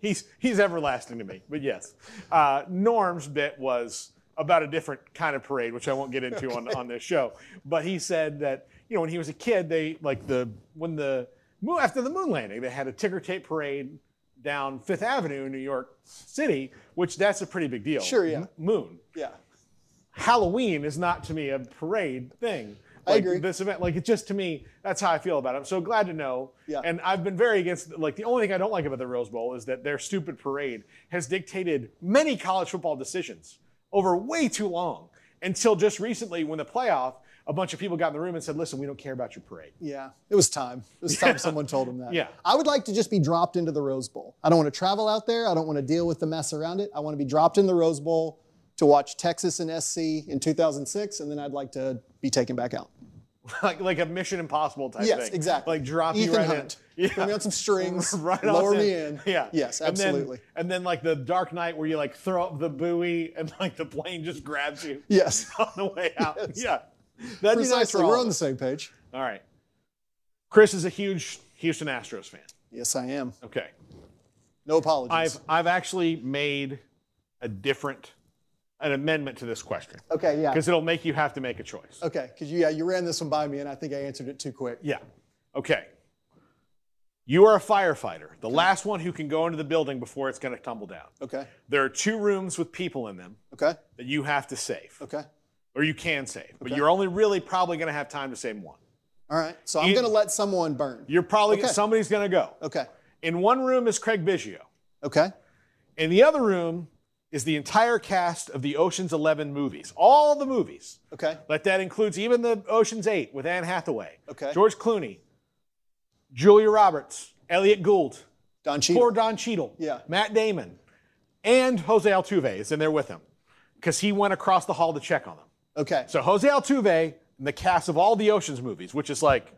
Speaker 2: he's he's everlasting to me, but yes. Uh, Norm's bit was about a different kind of parade, which I won't get into on, on this show. But he said that you know when he was a kid, they like the when the moon after the moon landing, they had a ticker tape parade down Fifth Avenue in New York City, which that's a pretty big deal.
Speaker 3: Sure, yeah.
Speaker 2: M- moon.
Speaker 3: Yeah.
Speaker 2: Halloween is not to me a parade thing.
Speaker 3: I
Speaker 2: Like
Speaker 3: agree.
Speaker 2: This event, like it's just to me, that's how I feel about it. I'm so glad to know.
Speaker 3: Yeah.
Speaker 2: And I've been very against. Like the only thing I don't like about the Rose Bowl is that their stupid parade has dictated many college football decisions over way too long. Until just recently, when the playoff, a bunch of people got in the room and said, "Listen, we don't care about your parade."
Speaker 3: Yeah. It was time. It was time someone told him that.
Speaker 2: Yeah.
Speaker 3: I would like to just be dropped into the Rose Bowl. I don't want to travel out there. I don't want to deal with the mess around it. I want to be dropped in the Rose Bowl to watch Texas and SC in 2006, and then I'd like to be taken back out.
Speaker 2: like like a Mission Impossible type
Speaker 3: Yes,
Speaker 2: thing.
Speaker 3: exactly.
Speaker 2: Like drop
Speaker 3: Ethan
Speaker 2: you right
Speaker 3: Hunt.
Speaker 2: in.
Speaker 3: Throw me on some strings,
Speaker 2: on
Speaker 3: lower
Speaker 2: in.
Speaker 3: me in.
Speaker 2: Yeah.
Speaker 3: Yes,
Speaker 2: And then-
Speaker 3: absolutely.
Speaker 2: And then, like the Dark Knight, where you like throw up the buoy and like the plane just grabs you
Speaker 3: Yes.
Speaker 2: on the way out. Yeah. That'd be nice for
Speaker 3: Precisely.
Speaker 2: all
Speaker 3: We're
Speaker 2: of
Speaker 3: on the
Speaker 2: us.
Speaker 3: same page.
Speaker 2: All right. Chris is a huge Houston Astros fan.
Speaker 3: Yes, I am.
Speaker 2: Okay.
Speaker 3: No apologies.
Speaker 2: I've I've actually made a different an amendment to this question
Speaker 3: okay, Oh, yeah.
Speaker 2: because it'll make you have to make a choice.
Speaker 3: Okay, because you, yeah, you ran this one by me, and I think I answered it too quick.
Speaker 2: Yeah. Okay. You are a firefighter, the last one who can go into the building before it's going to tumble down.
Speaker 3: Okay,
Speaker 2: There are two rooms with people in them
Speaker 3: okay,
Speaker 2: that you have to save,
Speaker 3: okay.
Speaker 2: or you can save, but
Speaker 3: Okay.
Speaker 2: you're only really probably going to have time to save one.
Speaker 3: All right. So I'm
Speaker 2: You-
Speaker 3: going to let someone burn.
Speaker 2: You're probably
Speaker 3: Okay.
Speaker 2: somebody's going to go.
Speaker 3: okay,
Speaker 2: In one room is Craig Biggio.
Speaker 3: okay.
Speaker 2: In the other room is the entire cast of the Ocean's 11 movies, all the movies.
Speaker 3: Okay.
Speaker 2: Like that includes even the Ocean's 8 with Anne Hathaway,
Speaker 3: Okay.
Speaker 2: George Clooney, Julia Roberts, Elliot Gould,
Speaker 3: Don Cheadle.
Speaker 2: poor Don Cheadle,
Speaker 3: Yeah.
Speaker 2: Matt Damon, and Jose Altuve is in there with him because he went across the hall to check on them.
Speaker 3: okay.
Speaker 2: So Jose Altuve and the cast of all the Ocean's movies, which is like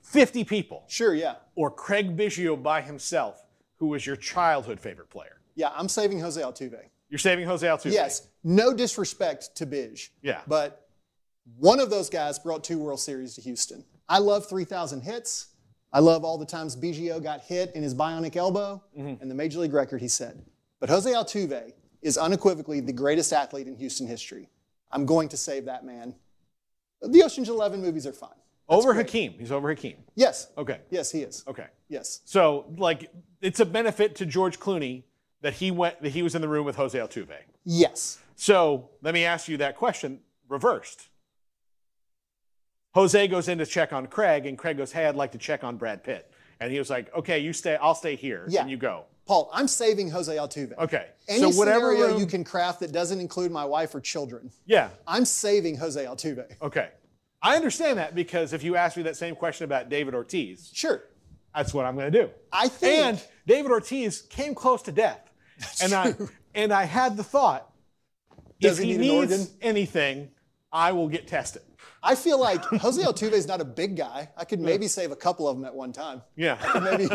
Speaker 2: 50 people,
Speaker 3: sure, yeah.
Speaker 2: or Craig Biggio by himself, who was your childhood favorite player?
Speaker 3: Yeah, I'm saving Jose Altuve.
Speaker 2: You're saving Jose Altuve.
Speaker 3: Yes, no disrespect to Bij.
Speaker 2: Yeah.
Speaker 3: But one of those guys brought two World Series to Houston. I love 3,000 hits. I love all the times BGO got hit in his bionic elbow
Speaker 2: Mm-hmm.
Speaker 3: and the major league record he set. But Jose Altuve is unequivocally the greatest athlete in Houston history. I'm going to save that man. The Ocean's Eleven movies are fine.
Speaker 2: over Hakeem. He's over Hakeem.
Speaker 3: Yes.
Speaker 2: Okay.
Speaker 3: Yes, he is.
Speaker 2: Okay.
Speaker 3: Yes.
Speaker 2: So like it's a benefit to George Clooney that he went that he was in the room with Jose Altuve.
Speaker 3: Yes.
Speaker 2: So let me ask you that question reversed. Jose goes in to check on Craig, and Craig goes, "Hey, I'd like to check on Brad Pitt." And he was like, "Okay, you stay. I'll stay here,
Speaker 3: Yeah.
Speaker 2: and you go."
Speaker 3: Paul, I'm saving Jose Altuve.
Speaker 2: Okay.
Speaker 3: Any
Speaker 2: so whatever
Speaker 3: scenario
Speaker 2: room-
Speaker 3: you can craft that doesn't include my wife or children,
Speaker 2: Yeah.
Speaker 3: I'm saving Jose Altuve.
Speaker 2: Okay. I understand that because if you ask me that same question about David Ortiz,
Speaker 3: Sure.
Speaker 2: that's what I'm going to do.
Speaker 3: I think.
Speaker 2: And David Ortiz came close to death. and I and I had the thought
Speaker 3: Does
Speaker 2: if
Speaker 3: he
Speaker 2: he,
Speaker 3: need an
Speaker 2: needs
Speaker 3: organ?
Speaker 2: anything, I will get tested.
Speaker 3: I feel like Jose Altuve is not a big guy. I could maybe save a couple of them at one time.
Speaker 2: Yeah.
Speaker 3: Maybe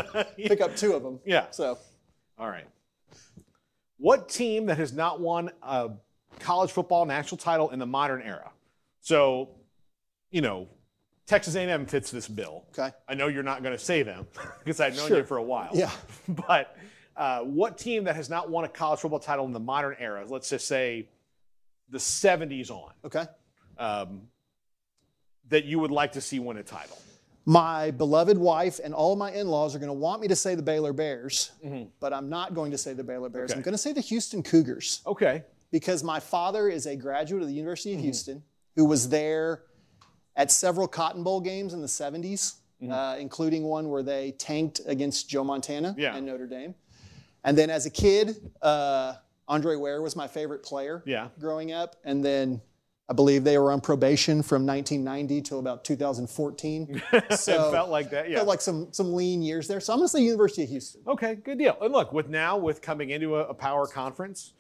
Speaker 3: pick up two of them.
Speaker 2: Yeah.
Speaker 3: So
Speaker 2: All right. What team that has not won a college football national title in the modern era? So, you know, Texas A&M fits this bill.
Speaker 3: Okay.
Speaker 2: I know you're not going to say them because I've known you
Speaker 3: Sure.
Speaker 2: for a while.
Speaker 3: Yeah.
Speaker 2: But uh, what team that has not won a college football title in the modern era? Let's just say the 70s on.
Speaker 3: okay.
Speaker 2: Um, that you would like to see win a title.
Speaker 3: My beloved wife and all my in-laws are going to want me to say the Baylor Bears, but I'm not going to say the Baylor Bears.
Speaker 2: Mm-hmm.
Speaker 3: I'm
Speaker 2: Okay.
Speaker 3: going to say the Houston Cougars.
Speaker 2: Okay.
Speaker 3: because my father is a graduate of the University
Speaker 2: Mm-hmm.
Speaker 3: of Houston who was there at several Cotton Bowl games in the 70s,
Speaker 2: Mm-hmm.
Speaker 3: uh, including one where they tanked against Joe Montana
Speaker 2: Yeah.
Speaker 3: and Notre Dame. And then as a kid, uh, Andre Ware was my favorite player
Speaker 2: Yeah.
Speaker 3: growing up. And then I believe they were on probation from 1990 till about 2014. So
Speaker 2: it felt like that. Yeah.
Speaker 3: felt like some, some lean years there. So I'm going to say University of Houston.
Speaker 2: Okay, good deal. And look, with now with coming into a, a power conference,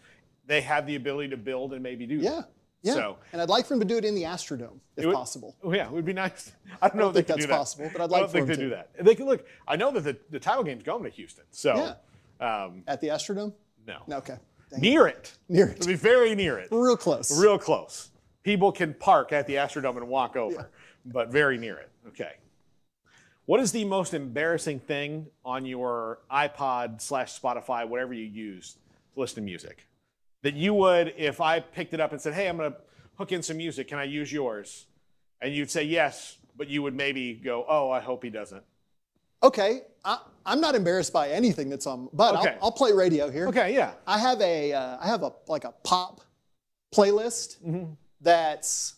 Speaker 2: they have the ability to build and maybe do.
Speaker 3: Yeah.
Speaker 2: That.
Speaker 3: Yeah.
Speaker 2: So-
Speaker 3: and I'd like for him to do it in the Astrodome if
Speaker 2: It would-
Speaker 3: possible.
Speaker 2: Oh, yeah, it would be nice. I don't, know if they
Speaker 3: think
Speaker 2: can
Speaker 3: that's
Speaker 2: do that.
Speaker 3: possible, but I'd
Speaker 2: I
Speaker 3: like
Speaker 2: don't
Speaker 3: for
Speaker 2: think
Speaker 3: them
Speaker 2: they
Speaker 3: to.
Speaker 2: do that. They can look. I know that the, the title game's going to Houston, so um,
Speaker 3: At the Astrodome?
Speaker 2: no.
Speaker 3: No, okay. Dang it.
Speaker 2: near it.
Speaker 3: Near it.
Speaker 2: It'll be very near it.
Speaker 3: Real close.
Speaker 2: Real close. People can park at the Astrodome and walk over, but very near it. Okay. What is the most embarrassing thing on your iPod slash Spotify, whatever you use to listen to music, that you would, if I picked it up and said, "Hey, I'm gonna hook in some music. Can I use yours?" And you'd say yes, but you would maybe go, "Oh, I hope he doesn't."
Speaker 3: Okay. I, I'm not embarrassed by anything that's on, but
Speaker 2: Okay.
Speaker 3: I'll, I'll play radio here.
Speaker 2: Okay, yeah,
Speaker 3: I have a, uh, I have a like a pop playlist
Speaker 2: Mm-hmm.
Speaker 3: that's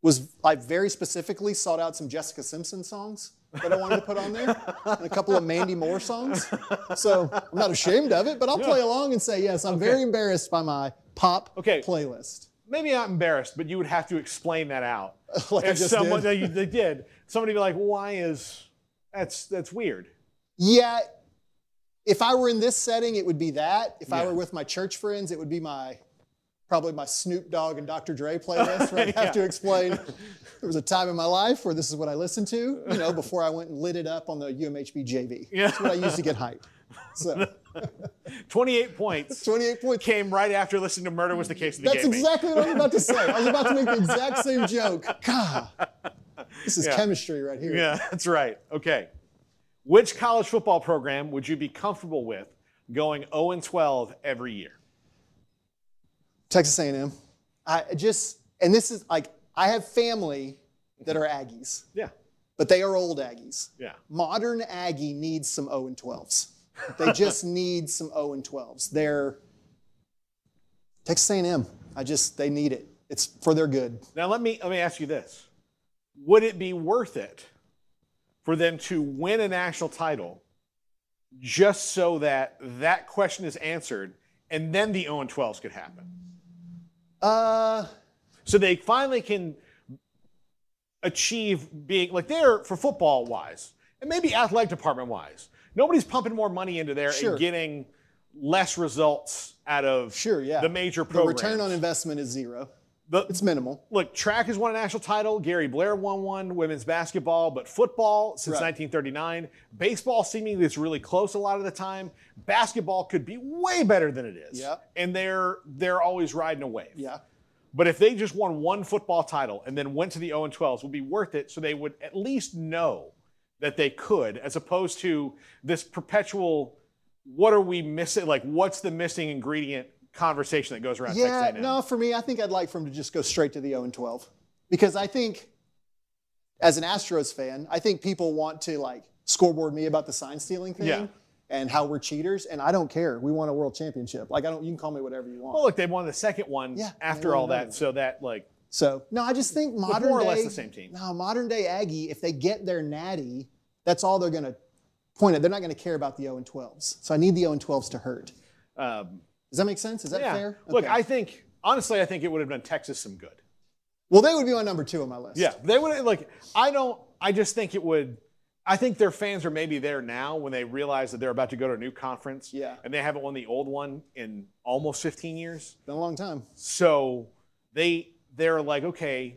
Speaker 3: was I very specifically sought out some Jessica Simpson songs that I wanted to put on there and a couple of Mandy Moore songs. So I'm not ashamed of it, but I'll play along and say yes. I'm very embarrassed by my pop
Speaker 2: Okay.
Speaker 3: playlist.
Speaker 2: maybe not embarrassed, but you would have to explain that out.
Speaker 3: Like I
Speaker 2: if
Speaker 3: just
Speaker 2: someone
Speaker 3: did.
Speaker 2: that you- they did, somebody would be like, "Why is that's that's weird?"
Speaker 3: Yeah. If I were in this setting, it would be that. If I
Speaker 2: Yeah.
Speaker 3: were with my church friends, it would be my probably my Snoop Dogg and Dr. Dre playlist where I'd have to explain there was a time in my life where this is what I listened to, you know, before I went and lit it up on the UMHB JV. Yeah. That's what I used to get hyped. So
Speaker 2: 28 points
Speaker 3: 28 points.
Speaker 2: came right after listening to Murder Was the Case of the
Speaker 3: That's
Speaker 2: Game.
Speaker 3: exactly what I was about to say. I was about to make the exact same joke. God. This is chemistry right here.
Speaker 2: Yeah, that's right. Okay. Which college football program would you be comfortable with going 0 and 12 every year?
Speaker 3: Texas A&M. I just and this is like I have family that are Aggies.
Speaker 2: Yeah.
Speaker 3: but they are old Aggies.
Speaker 2: Yeah.
Speaker 3: Modern Aggie needs some 0 and 12s. They just need some 0 and 12s. They're Texas A&M. I just they need it. It's for their good.
Speaker 2: Now let me let me ask you this. Would it be worth it for them to win a national title just so that that question is answered and then the 0 and 12s could happen?
Speaker 3: Uh,
Speaker 2: So they finally can achieve being like they're for football wise and maybe athletic department wise. Nobody's pumping more money into there
Speaker 3: Sure.
Speaker 2: and getting less results out of
Speaker 3: sure, yeah.
Speaker 2: the major
Speaker 3: The
Speaker 2: programs.
Speaker 3: return on investment is zero.
Speaker 2: The,
Speaker 3: It's minimal.
Speaker 2: look, track has won a national title. Gary Blair won one, women's basketball, but football since
Speaker 3: Right.
Speaker 2: 1939. Baseball seemingly is really close a lot of the time. Basketball could be way better than it is.
Speaker 3: Yep.
Speaker 2: And they're they're always riding a wave.
Speaker 3: Yeah.
Speaker 2: But if they just won one football title and then went to the 0 and 12s, would be worth it so they would at least know that they could, as opposed to this perpetual what are we missing? Like, what's the missing ingredient conversation that goes around
Speaker 3: Yeah,
Speaker 2: Texas A&M?
Speaker 3: no, for me, I think I'd like for him to just go straight to the 0 and 12 because I think, as an Astros fan, I think people want to like scoreboard me about the sign stealing thing
Speaker 2: Yeah.
Speaker 3: and how we're cheaters, and I don't care. We won a world championship. Like I don't. You can call me whatever you want.
Speaker 2: Well, look, they won the second one
Speaker 3: Yeah, they
Speaker 2: after
Speaker 3: won
Speaker 2: all
Speaker 3: another
Speaker 2: that,
Speaker 3: one.
Speaker 2: so that like
Speaker 3: so no, I just think modern
Speaker 2: more or
Speaker 3: day,
Speaker 2: less the same team.
Speaker 3: No, modern day Aggie, if they get their natty, that's all they're gonna point at. They're not gonna care about the 0 and 12s. So I need the 0 and 12s to hurt.
Speaker 2: um,
Speaker 3: Does that make sense? Is that
Speaker 2: yeah.
Speaker 3: fair?
Speaker 2: Look,
Speaker 3: Okay.
Speaker 2: I think honestly, I think it would have done Texas some good.
Speaker 3: well they would be my number two on my list.
Speaker 2: Yeah, they would like. I don't. I just think it would. I think their fans are maybe there now when they realize that they're about to go to a new conference.
Speaker 3: Yeah.
Speaker 2: and they haven't won the old one in almost 15 years.
Speaker 3: been a long time.
Speaker 2: So they they're like, okay,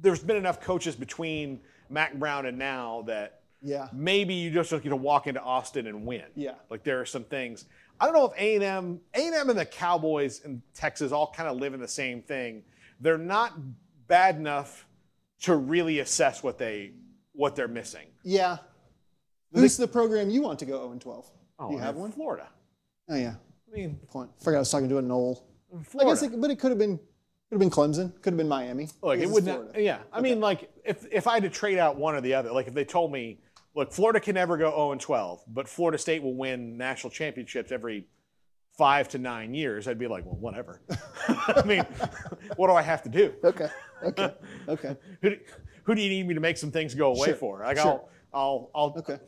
Speaker 2: there's been enough coaches between Mac Brown and now that
Speaker 3: Yeah.
Speaker 2: maybe you just don't get to walk into Austin and win.
Speaker 3: Yeah.
Speaker 2: Like there are some things. I don't know if A&M, A&M and the Cowboys in Texas all kind of live in the same thing. They're not bad enough to really assess what they what they're missing.
Speaker 3: Yeah. Who's the program you want to go 0 and 12? Do you
Speaker 2: and
Speaker 3: have one?
Speaker 2: Florida.
Speaker 3: Oh yeah.
Speaker 2: I mean,
Speaker 3: Point. Forgot I was talking to a Knoll. I
Speaker 2: Florida.
Speaker 3: guess, it, but it could have been, could have been Clemson. Could have been Miami.
Speaker 2: Like
Speaker 3: I
Speaker 2: it
Speaker 3: guess
Speaker 2: would
Speaker 3: it's
Speaker 2: not.
Speaker 3: Florida.
Speaker 2: Yeah, I mean, like if if I had to trade out one or the other, like if they told me, look, Florida can never go 0 and 12, but Florida State will win national championships every five to nine years, I'd be like, well, whatever. I mean, what do I have to do?
Speaker 3: Okay. Okay. Okay.
Speaker 2: Who do, who do you need me to make some things go away
Speaker 3: Sure,
Speaker 2: for? Like
Speaker 3: sure.
Speaker 2: I'll I'll I'll
Speaker 3: Okay.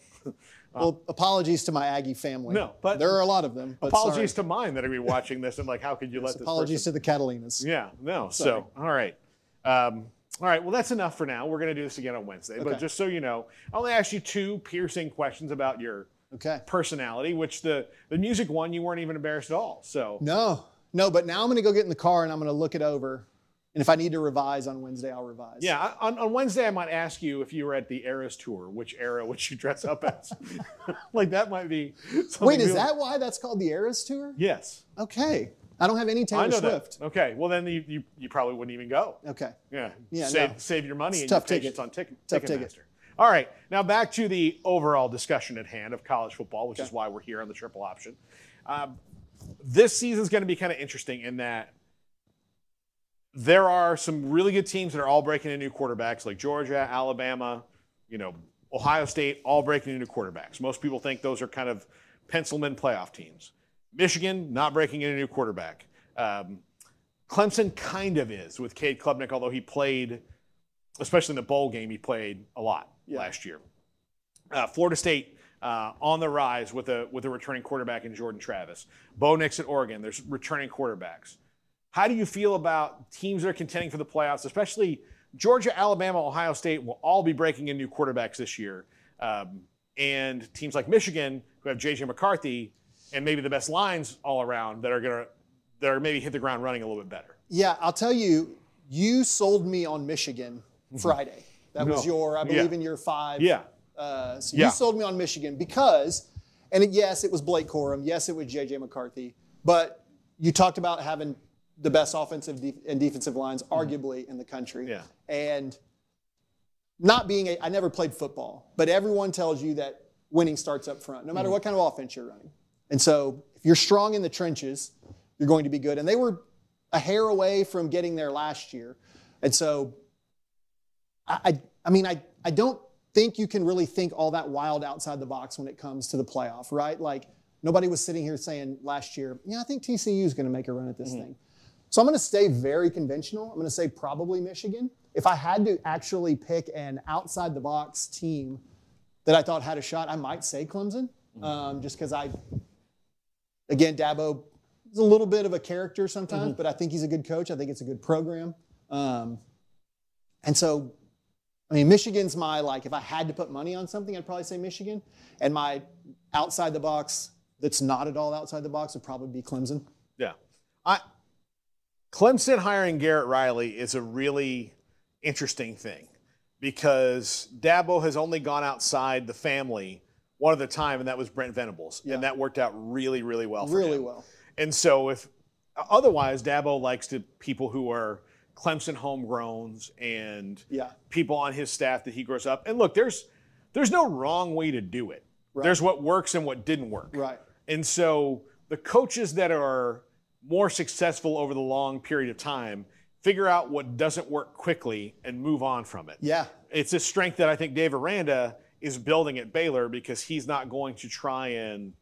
Speaker 3: Well, apologies to my Aggie family.
Speaker 2: No, but-
Speaker 3: there are a lot of them. But
Speaker 2: apologies
Speaker 3: sorry.
Speaker 2: to mine that are be watching this and like, how could you let this
Speaker 3: apologies
Speaker 2: person-
Speaker 3: to the Catalinas.
Speaker 2: Yeah, no.
Speaker 3: Sorry.
Speaker 2: So, all right. Um, all right, well, that's enough for now. We're going to do this again on Wednesday. But
Speaker 3: Okay.
Speaker 2: just so you know, I only asked you two piercing questions about your
Speaker 3: Okay.
Speaker 2: personality, which the, the music one, you weren't even embarrassed at all. So,
Speaker 3: No, no, but now I'm going to go get in the car and I'm going to look it over, and if I need to revise on Wednesday, I'll revise.
Speaker 2: yeah, I- on, on Wednesday, I might ask you if you were at the Eras Tour, which era would you dress up as? like, that might be. something
Speaker 3: Wait, is
Speaker 2: we-
Speaker 3: that why that's called the Eras Tour?
Speaker 2: Yes.
Speaker 3: Okay. I don't have any Taylor
Speaker 2: I know
Speaker 3: Swift.
Speaker 2: that. Okay, well, then you, you, you probably wouldn't even go.
Speaker 3: Okay.
Speaker 2: Yeah.
Speaker 3: Yeah,
Speaker 2: Save,
Speaker 3: no.
Speaker 2: save your money
Speaker 3: It's
Speaker 2: and
Speaker 3: tough
Speaker 2: your
Speaker 3: ticket.
Speaker 2: patience on ticket,
Speaker 3: Tough
Speaker 2: Ticketmaster.
Speaker 3: ticket.
Speaker 2: All right. Now back to the overall discussion at hand of college football, which is why we're here on the triple option. Um, this season's going to be kind of interesting in that there are some really good teams that are all breaking in new quarterbacks, like Georgia, Alabama, you know, Ohio State, all breaking in new quarterbacks. Most people think those are kind of pencilman playoff teams. Michigan not breaking in a new quarterback. Um, Clemson kind of is with Cade Klubnik, although he played, especially in the bowl game, he played a lot last year. Uh, Florida State uh, on the rise with a with a returning quarterback in Jordan Travis. Bo Nix at Oregon. There's returning quarterbacks. How do you feel about teams that are contending for the playoffs, especially Georgia, Alabama, Ohio State will all be breaking in new quarterbacks this year, um, and teams like Michigan who have JJ McCarthy and maybe the best lines all around that are gonna that are maybe hit the ground running a little bit better.
Speaker 3: Yeah, I'll tell you, you sold me on Michigan Friday. That was
Speaker 2: Mm-hmm. No.
Speaker 3: your, I
Speaker 2: Yeah.
Speaker 3: believe, in your five.
Speaker 2: Yeah.
Speaker 3: Uh, so
Speaker 2: Yeah.
Speaker 3: you sold me on Michigan because, and it, yes, it was Blake Corum. Yes, it was J.J. McCarthy. But you talked about having the best offensive def- and defensive lines,
Speaker 2: Mm-hmm.
Speaker 3: arguably, in the country.
Speaker 2: Yeah.
Speaker 3: And not being a, I never played football, but everyone tells you that winning starts up front, no matter what kind of offense you're running. And so if you're strong in the trenches, you're going to be good. And they were a hair away from getting there last year. And so I, I, I mean, I, I don't think you can really think all that wild outside the box when it comes to the playoff, right? Like nobody was sitting here saying last year, yeah, I think TCU is going to make a run at this thing. So I'm going to stay very conventional. I'm going to say probably Michigan. If I had to actually pick an outside the box team that I thought had a shot, I might say Clemson, um, just because I, again, Dabo is a little bit of a character sometimes, but I think he's a good coach. I think it's a good program. Um, and so, I mean, Michigan's my like. If I had to put money on something, I'd probably say Michigan. And my outside the box, that's not at all outside the box, would probably be Clemson.
Speaker 2: Yeah. I Clemson hiring Garrett Riley is a really interesting thing because Dabo has only gone outside the family one other time, and that was Brent Venables,
Speaker 3: Yeah.
Speaker 2: and that worked out really, really well. For
Speaker 3: really
Speaker 2: him.
Speaker 3: well.
Speaker 2: And so if otherwise, Dabo likes to people who are Clemson homegrowns and
Speaker 3: Yeah.
Speaker 2: people on his staff that he grows up. And look, there's there's no wrong way to do it. There's what works and what didn't work.
Speaker 3: Right.
Speaker 2: And so the coaches that are more successful over the long period of time figure out what doesn't work quickly and move on from it.
Speaker 3: Yeah.
Speaker 2: It's a strength that I think Dave Aranda is building at Baylor because he's not going to try and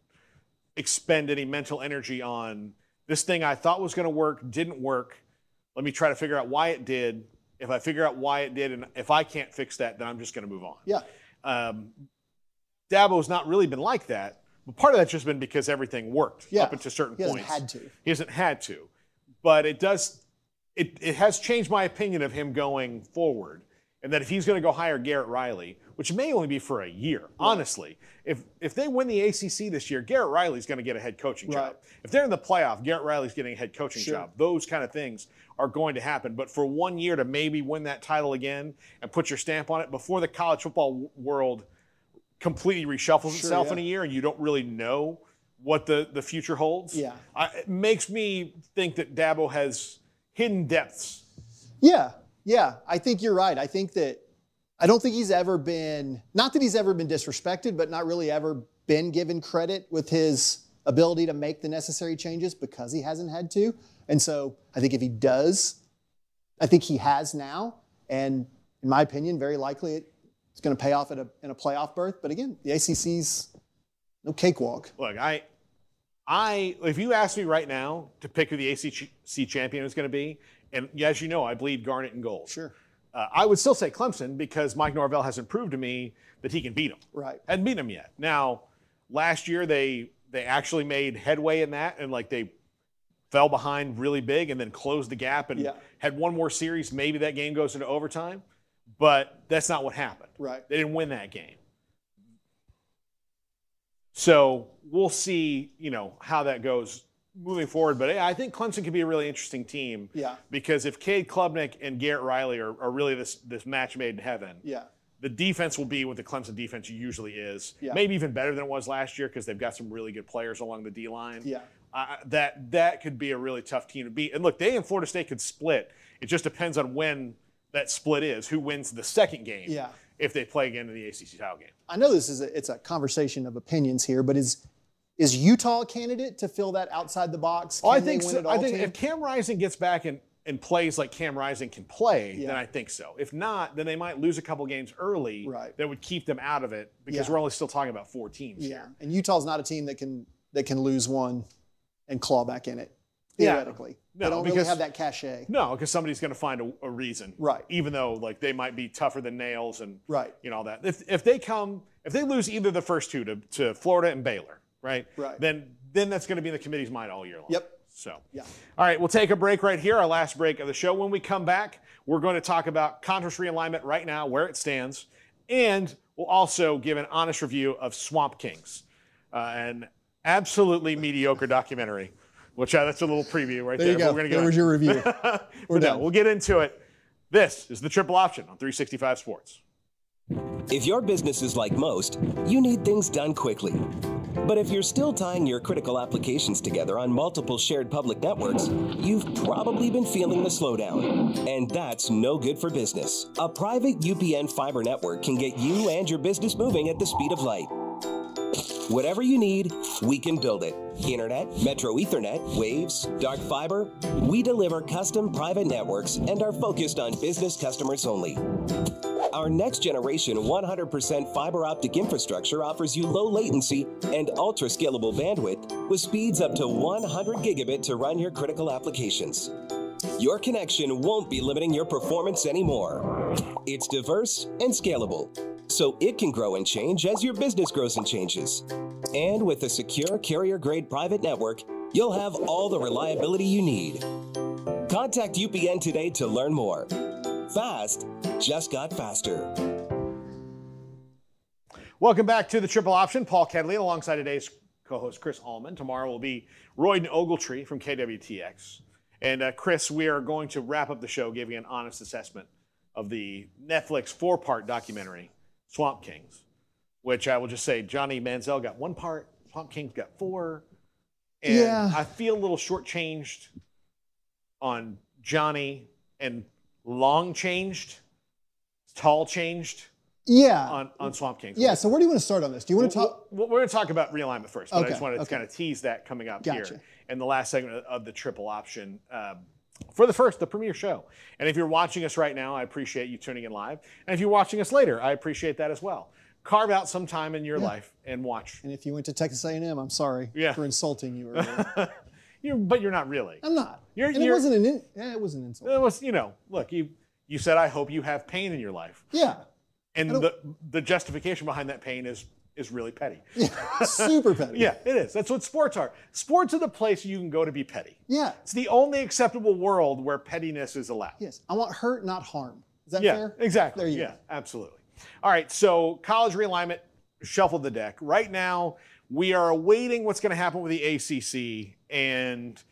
Speaker 2: expend any mental energy on this thing I thought was going to work didn't work. Let me try to figure out why it did. If I figure out why it did, and if I can't fix that, then I'm just going to move on.
Speaker 3: Yeah.
Speaker 2: Um, Dabo's not really been like that, but part of that's just been because everything worked
Speaker 3: Yeah.
Speaker 2: up until certain
Speaker 3: He hasn't
Speaker 2: points.
Speaker 3: had to.
Speaker 2: He hasn't had to, but it does. It it has changed my opinion of him going forward, and that if he's going to go hire Garrett Riley, which may only be for a year, honestly. If if they win the ACC this year, Garrett Riley's going to get a head coaching job.
Speaker 3: Right.
Speaker 2: If they're in the playoff, Garrett Riley's getting a head coaching
Speaker 3: Sure.
Speaker 2: job. Those kind of things are going to happen. But for one year to maybe win that title again and put your stamp on it before the college football w- world completely reshuffles itself in a
Speaker 3: yeah.
Speaker 2: year and you don't really know what the, the future holds.
Speaker 3: Yeah.
Speaker 2: I, it makes me think that Dabo has hidden depths.
Speaker 3: Yeah, yeah. I think you're right. I think that I don't think he's ever been not that he's ever been disrespected, but not really ever been given credit with his ability to make the necessary changes because he hasn't had to. And so I think if he does, I think he has now. And in my opinion, very likely it's going to pay off at a, in a playoff berth. But again, the ACC's no cakewalk.
Speaker 2: Look, I, I, if you ask me right now to pick who the ACC champion is going to be, and as you know, I bleed garnet and gold.
Speaker 3: Sure.
Speaker 2: Uh, I would still say Clemson because Mike Norvell hasn't proved to me that he can beat him.
Speaker 3: Right.
Speaker 2: Hadn't beat him yet. Now, last year they they actually made headway in that, and like they fell behind really big, and then closed the gap, and
Speaker 3: Yeah.
Speaker 2: had one more series. Maybe that game goes into overtime, but that's not what happened.
Speaker 3: Right.
Speaker 2: They didn't win that game. So we'll see, you know, how that goes moving forward. But yeah, I think Clemson could be a really interesting team.
Speaker 3: Yeah.
Speaker 2: Because if Cade Klubnik and Garrett Riley are, are really this this match made in heaven,
Speaker 3: Yeah.
Speaker 2: the defense will be what the Clemson defense usually is.
Speaker 3: Yeah.
Speaker 2: Maybe even better than it was last year because they've got some really good players along the D line.
Speaker 3: Yeah.
Speaker 2: Uh, that that could be a really tough team to beat. And look, they and Florida State could split. It just depends on when that split is, who wins the second game.
Speaker 3: Yeah.
Speaker 2: If they play again in the ACC title game.
Speaker 3: I know this is a, it's a conversation of opinions here, but is is Utah a candidate to fill that outside the box?
Speaker 2: Oh, I
Speaker 3: Can they
Speaker 2: think
Speaker 3: win
Speaker 2: so.
Speaker 3: it
Speaker 2: I
Speaker 3: all,
Speaker 2: think
Speaker 3: team?
Speaker 2: if Cam Rising gets back and, and plays like Cam Rising can play, then
Speaker 3: Yeah.
Speaker 2: I think so. If not, then they might lose a couple games early
Speaker 3: Right.
Speaker 2: that would keep them out of it because
Speaker 3: Yeah.
Speaker 2: we're only still talking about four teams
Speaker 3: yeah,
Speaker 2: here.
Speaker 3: and Utah's not a team that can that can lose one and claw back in it
Speaker 2: Yeah.
Speaker 3: theoretically.
Speaker 2: No,
Speaker 3: they don't
Speaker 2: because-
Speaker 3: really have that cachet.
Speaker 2: No, because somebody's going to find a, a reason.
Speaker 3: Right.
Speaker 2: Even though like they might be tougher than nails and
Speaker 3: Right.
Speaker 2: you know all that. If if they come if they lose either the first two to, to Florida and Baylor, right?
Speaker 3: Right.
Speaker 2: Then then that's going to be in the committee's mind all year long.
Speaker 3: Yep.
Speaker 2: So.
Speaker 3: Yeah.
Speaker 2: All right, we'll take a break right here, our last break of the show. When we come back, we're going to talk about conference realignment right now, where it stands, and we'll also give an honest review of Swamp Kings, uh, an absolutely mediocre documentary. Which uh, that's a little preview right there.
Speaker 3: There
Speaker 2: but
Speaker 3: you go.
Speaker 2: We're gonna
Speaker 3: There was your review.
Speaker 2: We're
Speaker 3: done.
Speaker 2: We'll get into it. This is the triple option on 365 Sports.
Speaker 4: If your business is like most, you need things done quickly. But if you're still tying your critical applications together on multiple shared public networks, you've probably been feeling the slowdown. And that's no good for business. A private UPN fiber network can get you and your business moving at the speed of light. Whatever you need, we can build it. Internet, Metro Ethernet, Waves, Dark Fiber. We deliver custom private networks and are focused on business customers only. Our next generation 100% fiber optic infrastructure offers you low latency and ultra scalable bandwidth with speeds up to 100 gigabit to run your critical applications. Your connection won't be limiting your performance anymore. It's diverse and scalable, so it can grow and change as your business grows and changes. And with a secure carrier grade private network, you'll have all the reliability you need. Contact UPN today to learn more. Fast just got faster.
Speaker 2: Welcome back to the Triple Option. Paul Kedley alongside today's co-host Chris Allman. Tomorrow will be Royden Ogletree from KWTX. And uh, Chris, we are going to wrap up the show giving an honest assessment of the Netflix four part documentary, Swamp Kings, which I will just say Johnny Manziel got one part, Swamp Kings got four. And
Speaker 3: Yeah.
Speaker 2: I feel a little shortchanged on Johnny and long changed, tall changed
Speaker 3: Yeah.
Speaker 2: on, on Swamp Kings.
Speaker 3: yeah. So where do you want to start on this? Do you want to
Speaker 2: Well,
Speaker 3: talk?
Speaker 2: well, we're going to talk about realignment first, but I
Speaker 3: Okay,
Speaker 2: just wanted to
Speaker 3: okay.
Speaker 2: kind of tease that coming up
Speaker 3: Gotcha.
Speaker 2: here in the last segment of- of the triple option um, for the first, the premiere show. And if you're watching us right now, I appreciate you tuning in live. And if you're watching us later, I appreciate that as well. Carve out some time in your life and watch.
Speaker 3: And if you went to Texas A&M, I'm sorry
Speaker 2: Yeah.
Speaker 3: for insulting you. Earlier.
Speaker 2: You, but you're not really.
Speaker 3: I'm not.
Speaker 2: You're-
Speaker 3: and it
Speaker 2: you're-
Speaker 3: wasn't an. In, yeah, it was an insult.
Speaker 2: It was, you know, look, you you said I hope you have pain in your life,
Speaker 3: yeah.
Speaker 2: and the the justification behind that pain is is really petty.
Speaker 3: Super petty.
Speaker 2: Yeah, it is. That's what sports are. Sports are the place you can go to be petty.
Speaker 3: Yeah.
Speaker 2: It's the only acceptable world where pettiness is allowed.
Speaker 3: Yes. I want hurt, not harm. Is that
Speaker 2: yeah,
Speaker 3: fair?
Speaker 2: exactly.
Speaker 3: There you
Speaker 2: yeah,
Speaker 3: go.
Speaker 2: absolutely. All right, so college realignment, shuffle the deck. Right now, we are awaiting what's going to happen with the ACC and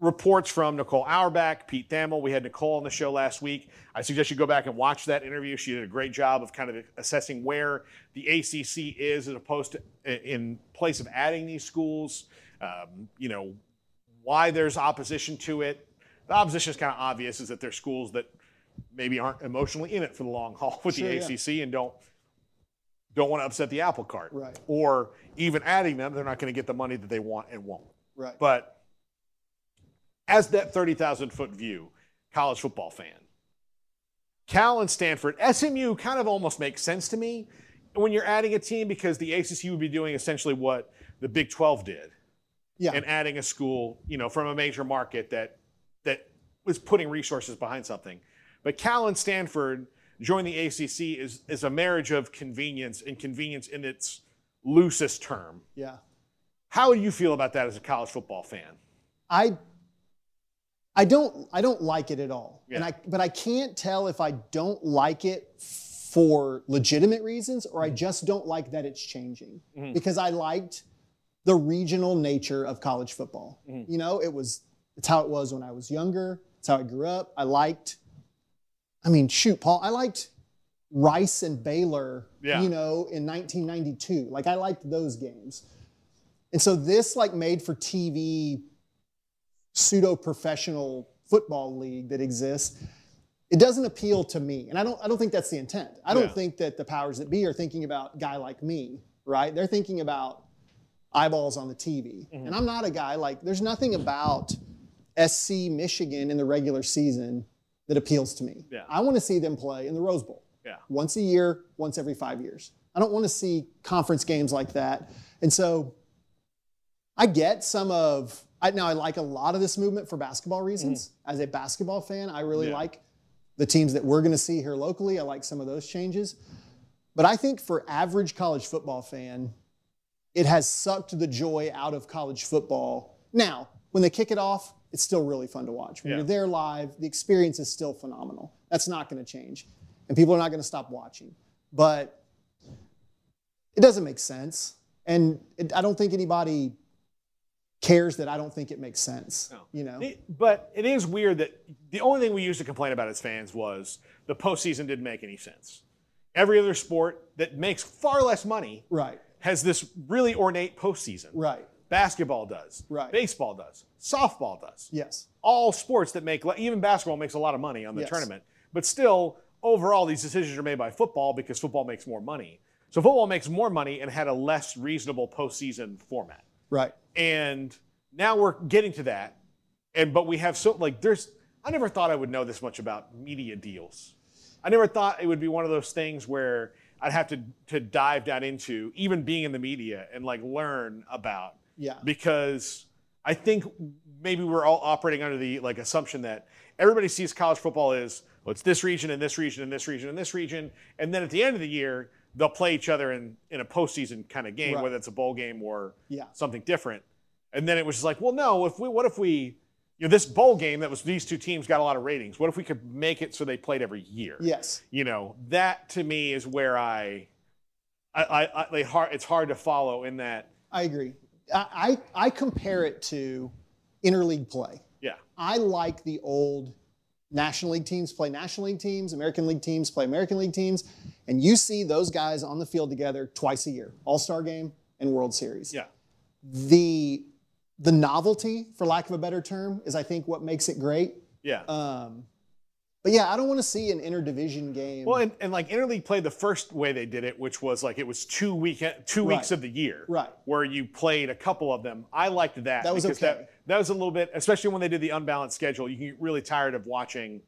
Speaker 2: reports from Nicole Auerbach, Pete Thamel. We had Nicole on the show last week. I suggest you go back and watch that interview. She did a great job of kind of assessing where the ACC is as opposed to in place of adding these schools. Um, you know, why there's opposition to it. The opposition is kind of obvious is that there's schools that maybe aren't emotionally in it for the long haul with
Speaker 3: Sure,
Speaker 2: the
Speaker 3: yeah.
Speaker 2: ACC and don't don't want to upset the apple cart.
Speaker 3: Right.
Speaker 2: Or even adding them, they're not going to get the money that they want and won't.
Speaker 3: Right.
Speaker 2: But as that 30,000 foot view, college football fan, Cal and Stanford, SMU kind of almost makes sense to me when you're adding a team because the ACC would be doing essentially what the Big 12 did
Speaker 3: yeah.
Speaker 2: and adding a school, you know, from a major market that that was putting resources behind something. But Cal and Stanford joining the ACC is is a marriage of convenience and convenience in its loosest term.
Speaker 3: yeah.
Speaker 2: How do you feel about that as a college football fan?
Speaker 3: I I don't I don't like it at all.
Speaker 2: Yeah.
Speaker 3: And I but I can't tell if I don't like it for legitimate reasons or
Speaker 2: Mm-hmm.
Speaker 3: I just don't like that it's changing. Because I liked the regional nature of college football.
Speaker 2: Mm-hmm.
Speaker 3: You know, it was it's how it was when I was younger. It's how I grew up. I liked I mean, shoot, Paul, I liked Rice and Baylor,
Speaker 2: Yeah.
Speaker 3: you know, in 1992. Like I liked those games. And so this like made for TV pseudo professional football league that exists it doesn't appeal to me and i don't i don't think that's the intent i don't
Speaker 2: Yeah.
Speaker 3: think that the powers that be are thinking about a guy like me right they're thinking about eyeballs on the tv
Speaker 2: Mm-hmm.
Speaker 3: and i'm not a guy like there's nothing about sc michigan in the regular season that appeals to me
Speaker 2: Yeah.
Speaker 3: i want to see them play in the rose bowl
Speaker 2: Yeah.
Speaker 3: once a year once every five years i don't want to see conference games like that and so I get some of I now I like a lot of this movement for basketball reasons. As a basketball fan, I really
Speaker 2: Mm. Yeah.
Speaker 3: like the teams that we're going to see here locally. I like some of those changes. But I think for average college football fan, it has sucked the joy out of college football. Now, when they kick it off, it's still really fun to watch. When
Speaker 2: Yeah.
Speaker 3: you're there live, the experience is still phenomenal. That's not going to change. And people are not going to stop watching. But it doesn't make sense. And it, I don't think anybody cares that I don't think it makes sense. You know?
Speaker 2: It- but it is weird that the only thing we used to complain about as fans was the postseason didn't make any sense. Every other sport that makes far less money
Speaker 3: right,
Speaker 2: has this really ornate postseason.
Speaker 3: right.
Speaker 2: Basketball does.
Speaker 3: Right.
Speaker 2: Baseball does. Softball does.
Speaker 3: Yes.
Speaker 2: All sports that make even basketball makes a lot of money on the
Speaker 3: Yes.
Speaker 2: tournament. But still, overall, these decisions are made by football because football makes more money. So football makes more money and had a less reasonable postseason format.
Speaker 3: Right.
Speaker 2: And now we're getting to that. And but we have so like there's I never thought I would know this much about media deals. I never thought it would be one of those things where I'd have to to dive down into even being in the media and like learn about
Speaker 3: Yeah.
Speaker 2: because I think maybe we're all operating under the like assumption that everybody sees college football as well, it's this region and this region and this region and this region, and then at the end of the year they'll play each other in in a postseason kind of game,
Speaker 3: Right.
Speaker 2: whether it's a bowl game or
Speaker 3: Yeah.
Speaker 2: something different. And then it was just like, well, no, if we what if we you know this bowl game that was these two teams got a lot of ratings. What if we could make it so they played every year?
Speaker 3: Yes.
Speaker 2: you know that to me is where I, I, I, I they hard, it's hard to follow in that
Speaker 3: I agree. I, I, I compare it to interleague play.
Speaker 2: yeah
Speaker 3: I like the old National League teams play National League teams, American League teams play American League teams, and you see those guys on the field together twice a year, All Star Game and World Series.
Speaker 2: Yeah.
Speaker 3: The the novelty, for lack of a better term, is I think what makes it great.
Speaker 2: Yeah.
Speaker 3: Um, but yeah, I don't want to see an interdivision game.
Speaker 2: well, and, and like interleague play, the first way they did it, which was like it was two weekend, two
Speaker 3: Right.
Speaker 2: weeks of the year,
Speaker 3: Right.
Speaker 2: Where you played a couple of them. I liked that.
Speaker 3: That was
Speaker 2: because
Speaker 3: okay.
Speaker 2: That, that was a little bit, especially when they did the unbalanced schedule. You can get really tired of watching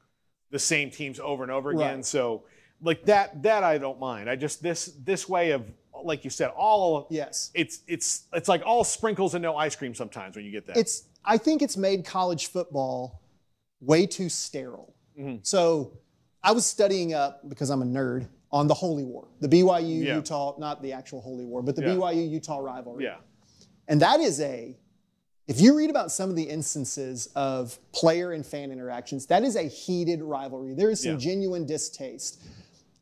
Speaker 2: the same teams over and over again.
Speaker 3: Right.
Speaker 2: So, like that, that I don't mind. I just this this way of, like you said, all
Speaker 3: yes.
Speaker 2: it's it's it's like all sprinkles and no ice cream sometimes when you get that.
Speaker 3: it's I think it's made college football way too sterile.
Speaker 2: Mm-hmm.
Speaker 3: So I was studying up because I'm a nerd on the Holy War, the BYU
Speaker 2: Yeah.
Speaker 3: Utah, not the actual Holy War, but the
Speaker 2: Yeah.
Speaker 3: BYU Utah rivalry.
Speaker 2: yeah,
Speaker 3: And that is a if you read about some of the instances of player and fan interactions, that is a heated rivalry. There is some
Speaker 2: Yeah.
Speaker 3: genuine distaste.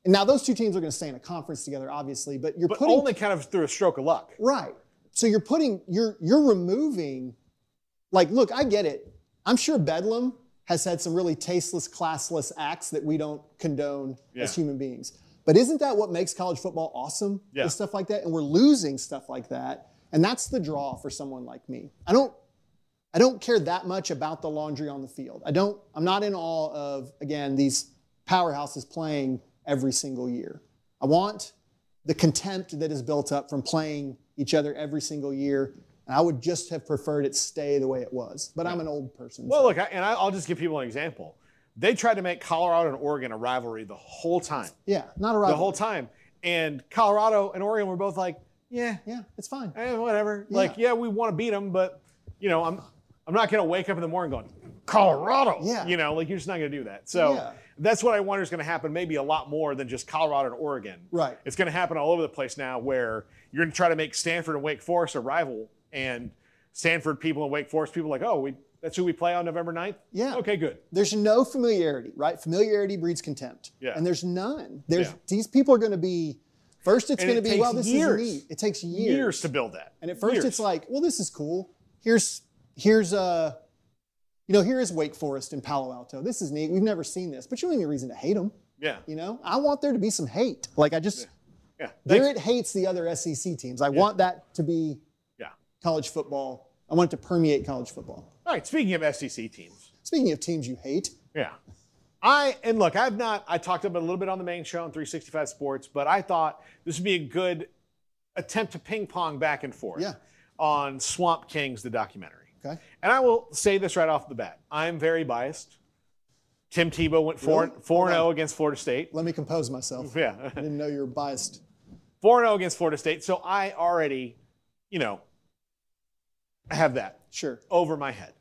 Speaker 3: And now those two teams are going to stay in a conference together, obviously, but you're
Speaker 2: but
Speaker 3: putting
Speaker 2: only kind of through a stroke of luck.
Speaker 3: Right. So you're putting you're you're removing like look, I get it. I'm sure Bedlam has had some really tasteless, classless acts that we don't condone as
Speaker 2: Yeah.
Speaker 3: human beings. But isn't that what makes college football awesome?
Speaker 2: Yeah.
Speaker 3: Is stuff like that. And we're losing stuff like that. And that's the draw for someone like me. I don't I don't care that much about the laundry on the field. I don't I'm not in awe of again these powerhouses playing every single year. I want the contempt that is built up from playing each other every single year. And I would just have preferred it stay the way it was. But I'm an old person.
Speaker 2: Well, look, I, and I, I'll just give people an example. They tried to make Colorado and Oregon a rivalry the whole time,
Speaker 3: yeah, not a
Speaker 2: the
Speaker 3: rival.
Speaker 2: whole time. And Colorado and Oregon were both like, yeah,
Speaker 3: yeah, it's fine.
Speaker 2: eh, whatever. Like, yeah, we want to beat them, but you know, I'm I'm not gonna wake up in the morning going, Colorado.
Speaker 3: Yeah.
Speaker 2: You know, like you're just not gonna do that. So
Speaker 3: Yeah.
Speaker 2: that's what I wonder is gonna happen. Maybe a lot more than just Colorado and Oregon.
Speaker 3: Right.
Speaker 2: It's gonna happen all over the place now, where you're gonna try to make Stanford and Wake Forest a rival, and Stanford people and Wake Forest people are like, oh, we that's who we play on November 9th?
Speaker 3: Yeah.
Speaker 2: Okay, good.
Speaker 3: There's no familiarity, right? Familiarity breeds contempt.
Speaker 2: Yeah.
Speaker 3: And there's none. There's
Speaker 2: Yeah.
Speaker 3: these people are going to be first it's
Speaker 2: And
Speaker 3: going to
Speaker 2: it
Speaker 3: be
Speaker 2: takes
Speaker 3: well this
Speaker 2: years.
Speaker 3: is neat. It takes
Speaker 2: Years, to build that.
Speaker 3: And at first,
Speaker 2: Years.
Speaker 3: it's like, well, this is cool. Here's here's uh, you know, here is Wake Forest in Palo Alto. This is neat. We've never seen this, but you don't have any reason to hate them.
Speaker 2: Yeah.
Speaker 3: You know, I want there to be some hate. Like I just,
Speaker 2: Yeah.
Speaker 3: Garrett hates the other SEC teams. I want that to be
Speaker 2: Yeah.
Speaker 3: college football. I want it to permeate college football.
Speaker 2: All right, speaking of SEC teams.
Speaker 3: Speaking of teams you hate,
Speaker 2: Yeah. I and look, I've not I talked about it a little bit on the main show on 365 Sports, but I thought this would be a good attempt to ping pong back and forth
Speaker 3: Yeah.
Speaker 2: on Swamp Kings the documentary.
Speaker 3: okay,
Speaker 2: And I will say this right off the bat. I'm very biased. Tim Tebow went 4
Speaker 3: Really?
Speaker 2: 4 0 against Florida State.
Speaker 3: let me compose myself. I
Speaker 2: Yeah.
Speaker 3: didn't know you were biased.
Speaker 2: 4 0 against Florida State. So I already, you know, have that
Speaker 3: Sure.
Speaker 2: over my head.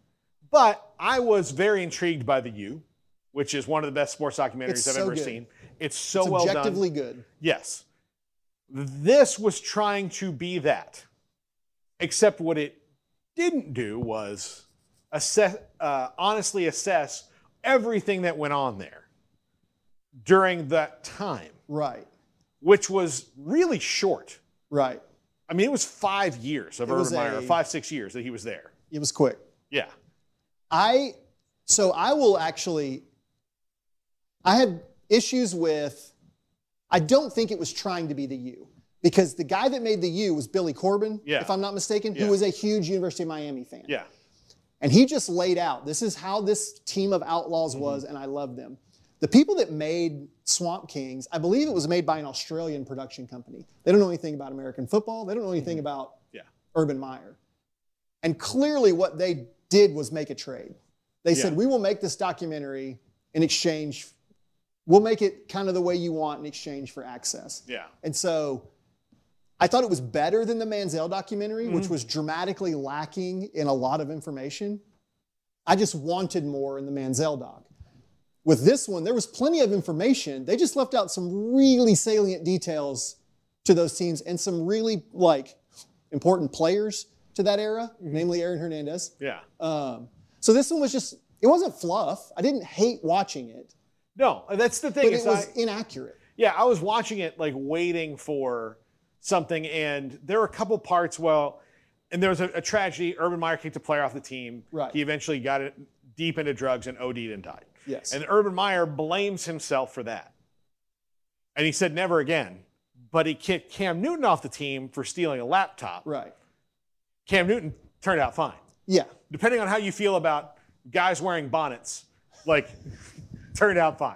Speaker 2: But I was very intrigued by The U, which is one of the best sports documentaries
Speaker 3: It's
Speaker 2: I've
Speaker 3: so
Speaker 2: ever
Speaker 3: good.
Speaker 2: seen. It's so
Speaker 3: it's
Speaker 2: well done.
Speaker 3: objectively good.
Speaker 2: Yes. This was trying to be that, except what it didn't do was assess, uh, honestly assess everything that went on there during that time,
Speaker 3: Right.
Speaker 2: which was really short.
Speaker 3: Right.
Speaker 2: I mean, it was five years of
Speaker 3: It was
Speaker 2: Urban Meyer,
Speaker 3: a-
Speaker 2: five, six years that he was there.
Speaker 3: It was quick.
Speaker 2: Yeah.
Speaker 3: I so I will actually I had issues with I don't think it was trying to be the U because the guy that made the U was Billy Corbin,
Speaker 2: Yeah.
Speaker 3: if I'm not mistaken,
Speaker 2: Yeah.
Speaker 3: who was a huge University of Miami fan.
Speaker 2: Yeah.
Speaker 3: And he just laid out this is how this team of outlaws was, and I love them. The people that made Swamp Kings, I believe it was made by an Australian production company. They don't know anything about American football. They don't know anything about
Speaker 2: Yeah.
Speaker 3: Urban Meyer. And clearly, what they did was make a trade. They said,
Speaker 2: Yeah.
Speaker 3: We will make this documentary in exchange, we'll make it kind of the way you want in exchange for access.
Speaker 2: Yeah.
Speaker 3: And so I thought it was better than the Manziel documentary, which was dramatically lacking in a lot of information. I just wanted more in the Manziel doc. With this one, there was plenty of information. They just left out some really salient details to those teams and some really like important players to that era, namely Aaron Hernandez.
Speaker 2: Yeah.
Speaker 3: Um, so this one was just it wasn't fluff. I didn't hate watching it,
Speaker 2: No, that's the thing.
Speaker 3: but it
Speaker 2: is
Speaker 3: was
Speaker 2: I-
Speaker 3: inaccurate.
Speaker 2: yeah, I was watching it like waiting for something, and there were a couple parts. Well, and there was a, a tragedy. Urban Meyer kicked a player off the team.
Speaker 3: Right.
Speaker 2: He eventually got it deep into drugs and OD'd and died.
Speaker 3: Yes.
Speaker 2: And Urban Meyer blames himself for that. And he said never again. But he kicked Cam Newton off the team for stealing a laptop.
Speaker 3: Right.
Speaker 2: Cam Newton turned out fine.
Speaker 3: Yeah.
Speaker 2: Depending on how you feel about guys wearing bonnets, like turned out fine.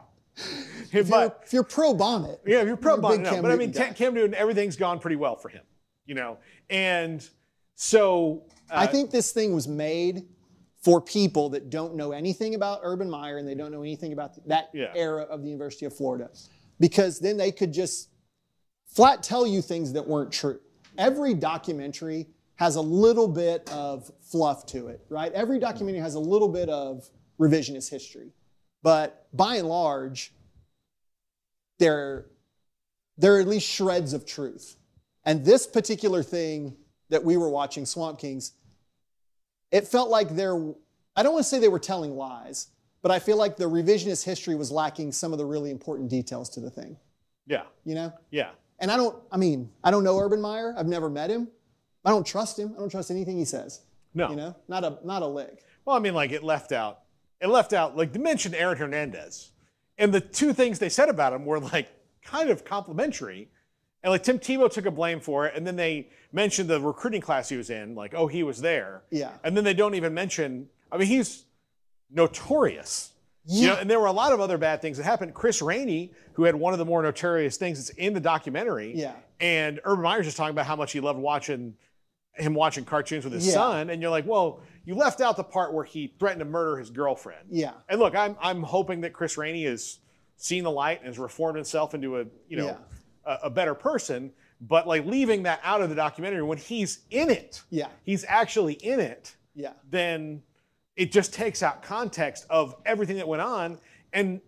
Speaker 3: If, you're,
Speaker 2: but
Speaker 3: if you're pro bonnet,
Speaker 2: yeah, if you're pro
Speaker 3: you're a
Speaker 2: bonnet,
Speaker 3: big
Speaker 2: no,
Speaker 3: Cam
Speaker 2: but I
Speaker 3: Newton
Speaker 2: mean Cam-
Speaker 3: guy.
Speaker 2: Cam Newton, everything's gone pretty well for him, you know. And so
Speaker 3: I think this thing was made for people that don't know anything about Urban Meyer and they don't know anything about that
Speaker 2: Yeah.
Speaker 3: era of the University of Florida, because then they could just flat tell you things that weren't true. Every documentary has a little bit of fluff to it, right? Every documentary has a little bit of revisionist history, but by and large, they're there are at least shreds of truth. And this particular thing that we were watching, Swamp Kings, it felt like there, I don't want to say they were telling lies, but I feel like the revisionist history was lacking some of the really important details to the thing,
Speaker 2: yeah,
Speaker 3: you know?
Speaker 2: yeah.
Speaker 3: And I don't, I mean, I don't know Urban Meyer. I've never met him. I don't trust him. I don't trust anything he says,
Speaker 2: No.
Speaker 3: you know? Not a, not a lick.
Speaker 2: Well, I mean, like it left out, it left out, like they mentioned Aaron Hernandez, and the two things they said about him were like kind of complimentary, and like Tim Tebow took a blame for it, and then they mentioned the recruiting class he was in, like oh he was there,
Speaker 3: Yeah.
Speaker 2: and then they don't even mention. I mean, he's notorious. You know,
Speaker 3: Yeah.
Speaker 2: and there were a lot of other bad things that happened. Chris Rainey, who had one of the more notorious things that's in the documentary,
Speaker 3: Yeah.
Speaker 2: and Urban Meyer's just talking about how much he loved watching him watching cartoons with his
Speaker 3: Yeah.
Speaker 2: son, and you're like, well, you left out the part where he threatened to murder his girlfriend.
Speaker 3: Yeah.
Speaker 2: And look, I'm I'm hoping that Chris Rainey has seen the light and has reformed himself into a you know a, a better person. But like leaving that out of the documentary when he's in it,
Speaker 3: Yeah.
Speaker 2: he's actually in it
Speaker 3: Yeah.
Speaker 2: then it just takes out context of everything that went on. And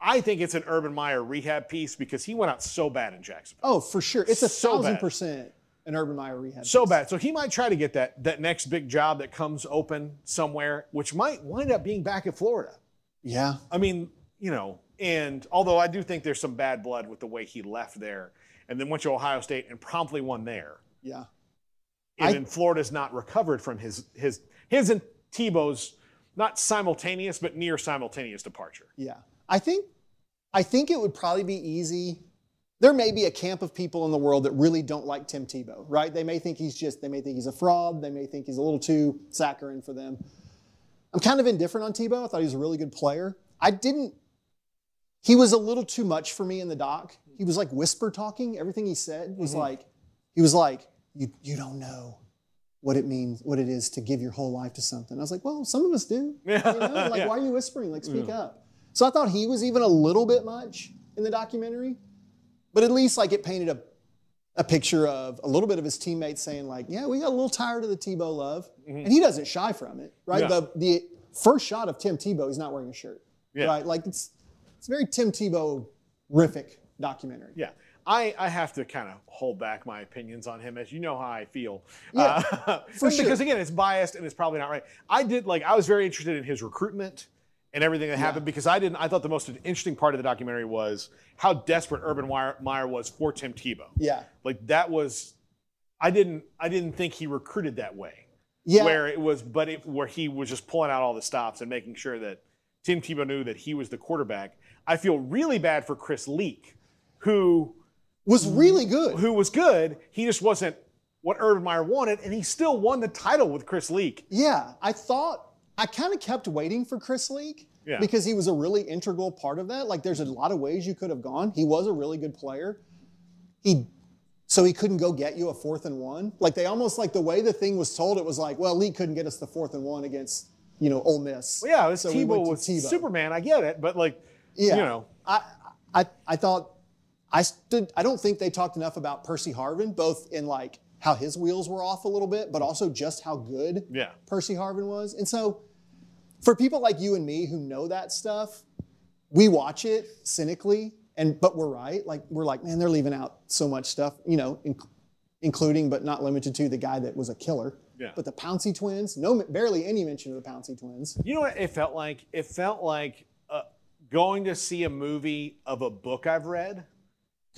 Speaker 2: I think it's an Urban Meyer rehab piece because he went out so bad in Jacksonville.
Speaker 3: Oh, for sure. It's a
Speaker 2: So bad.
Speaker 3: thousand percent an Urban Meyer rehab.
Speaker 2: So bad. So he might try to get that, that next big job that comes open somewhere, which might wind up being back in Florida.
Speaker 3: Yeah.
Speaker 2: I mean, you know, and although I do think there's some bad blood with the way he left there and then went to Ohio State and promptly won there.
Speaker 3: Yeah.
Speaker 2: and
Speaker 3: I-
Speaker 2: then Florida's not recovered from his his his and Tebow's not simultaneous but near simultaneous departure.
Speaker 3: Yeah. I think I think it would probably be easy. There may be a camp of people in the world that really don't like Tim Tebow, right? They may think he's just they may think he's a fraud, they may think he's a little too saccharine for them. I'm kind of indifferent on Tebow. I thought he was a really good player. I didn't he was a little too much for me in the doc. He was like whisper talking. Everything he said was like he was like you you don't know what it means, what it is to give your whole life to something. I was like, well, some of us do. You know? Like, why are you whispering? Like, speak up. So I thought he was even a little bit much in the documentary, but at least like it painted a, a picture of a little bit of his teammates saying like, yeah, we got a little tired of the Tebow love, and he doesn't shy from it, right?
Speaker 2: Yeah.
Speaker 3: The the first shot of Tim Tebow, he's not wearing a shirt,
Speaker 2: Yeah.
Speaker 3: right? Like it's it's very Tim Tebow rific documentary.
Speaker 2: Yeah. I, I have to kind of hold back my opinions on him, as you know how I feel.
Speaker 3: Yeah,
Speaker 2: Uh,
Speaker 3: for sure.
Speaker 2: Because again, it's biased and it's probably not right. I did like I was very interested in his recruitment and everything that happened because I didn't. I thought the most interesting part of the documentary was how desperate Urban Meyer, Meyer was for Tim Tebow.
Speaker 3: Yeah.
Speaker 2: Like that was, I didn't I didn't think he recruited that way.
Speaker 3: Yeah.
Speaker 2: where it was, but it, where he was just pulling out all the stops and making sure that Tim Tebow knew that he was the quarterback. I feel really bad for Chris Leak, who
Speaker 3: was
Speaker 2: Mm-hmm.
Speaker 3: really good.
Speaker 2: who was good. He just wasn't what Urban Meyer wanted, and he still won the title with Chris Leak.
Speaker 3: Yeah, I thought I kind of kept waiting for Chris Leak
Speaker 2: Yeah.
Speaker 3: because he was a really integral part of that. Like, there's a lot of ways you could have gone. He was a really good player. He so he couldn't go get you a fourth and one. Like they almost like the way the thing was told, it was like, well, Leak couldn't get us the fourth and one against you know Ole Miss.
Speaker 2: Yeah, this
Speaker 3: so we
Speaker 2: Tebow
Speaker 3: went to
Speaker 2: was Superman. I get it, but like,
Speaker 3: Yeah,
Speaker 2: you know,
Speaker 3: I I I thought I stood. I don't think they talked enough about Percy Harvin, both in like how his wheels were off a little bit, but also just how good
Speaker 2: Yeah.
Speaker 3: Percy Harvin was. And so, for people like you and me who know that stuff, we watch it cynically, and but we're right. Like we're like, man, they're leaving out so much stuff, you know, in- including but not limited to the guy that was a killer.
Speaker 2: Yeah.
Speaker 3: But the Pouncy twins, no, barely any mention of the Pouncy twins.
Speaker 2: you know what it felt like? It felt like uh, going to see a movie of a book I've read,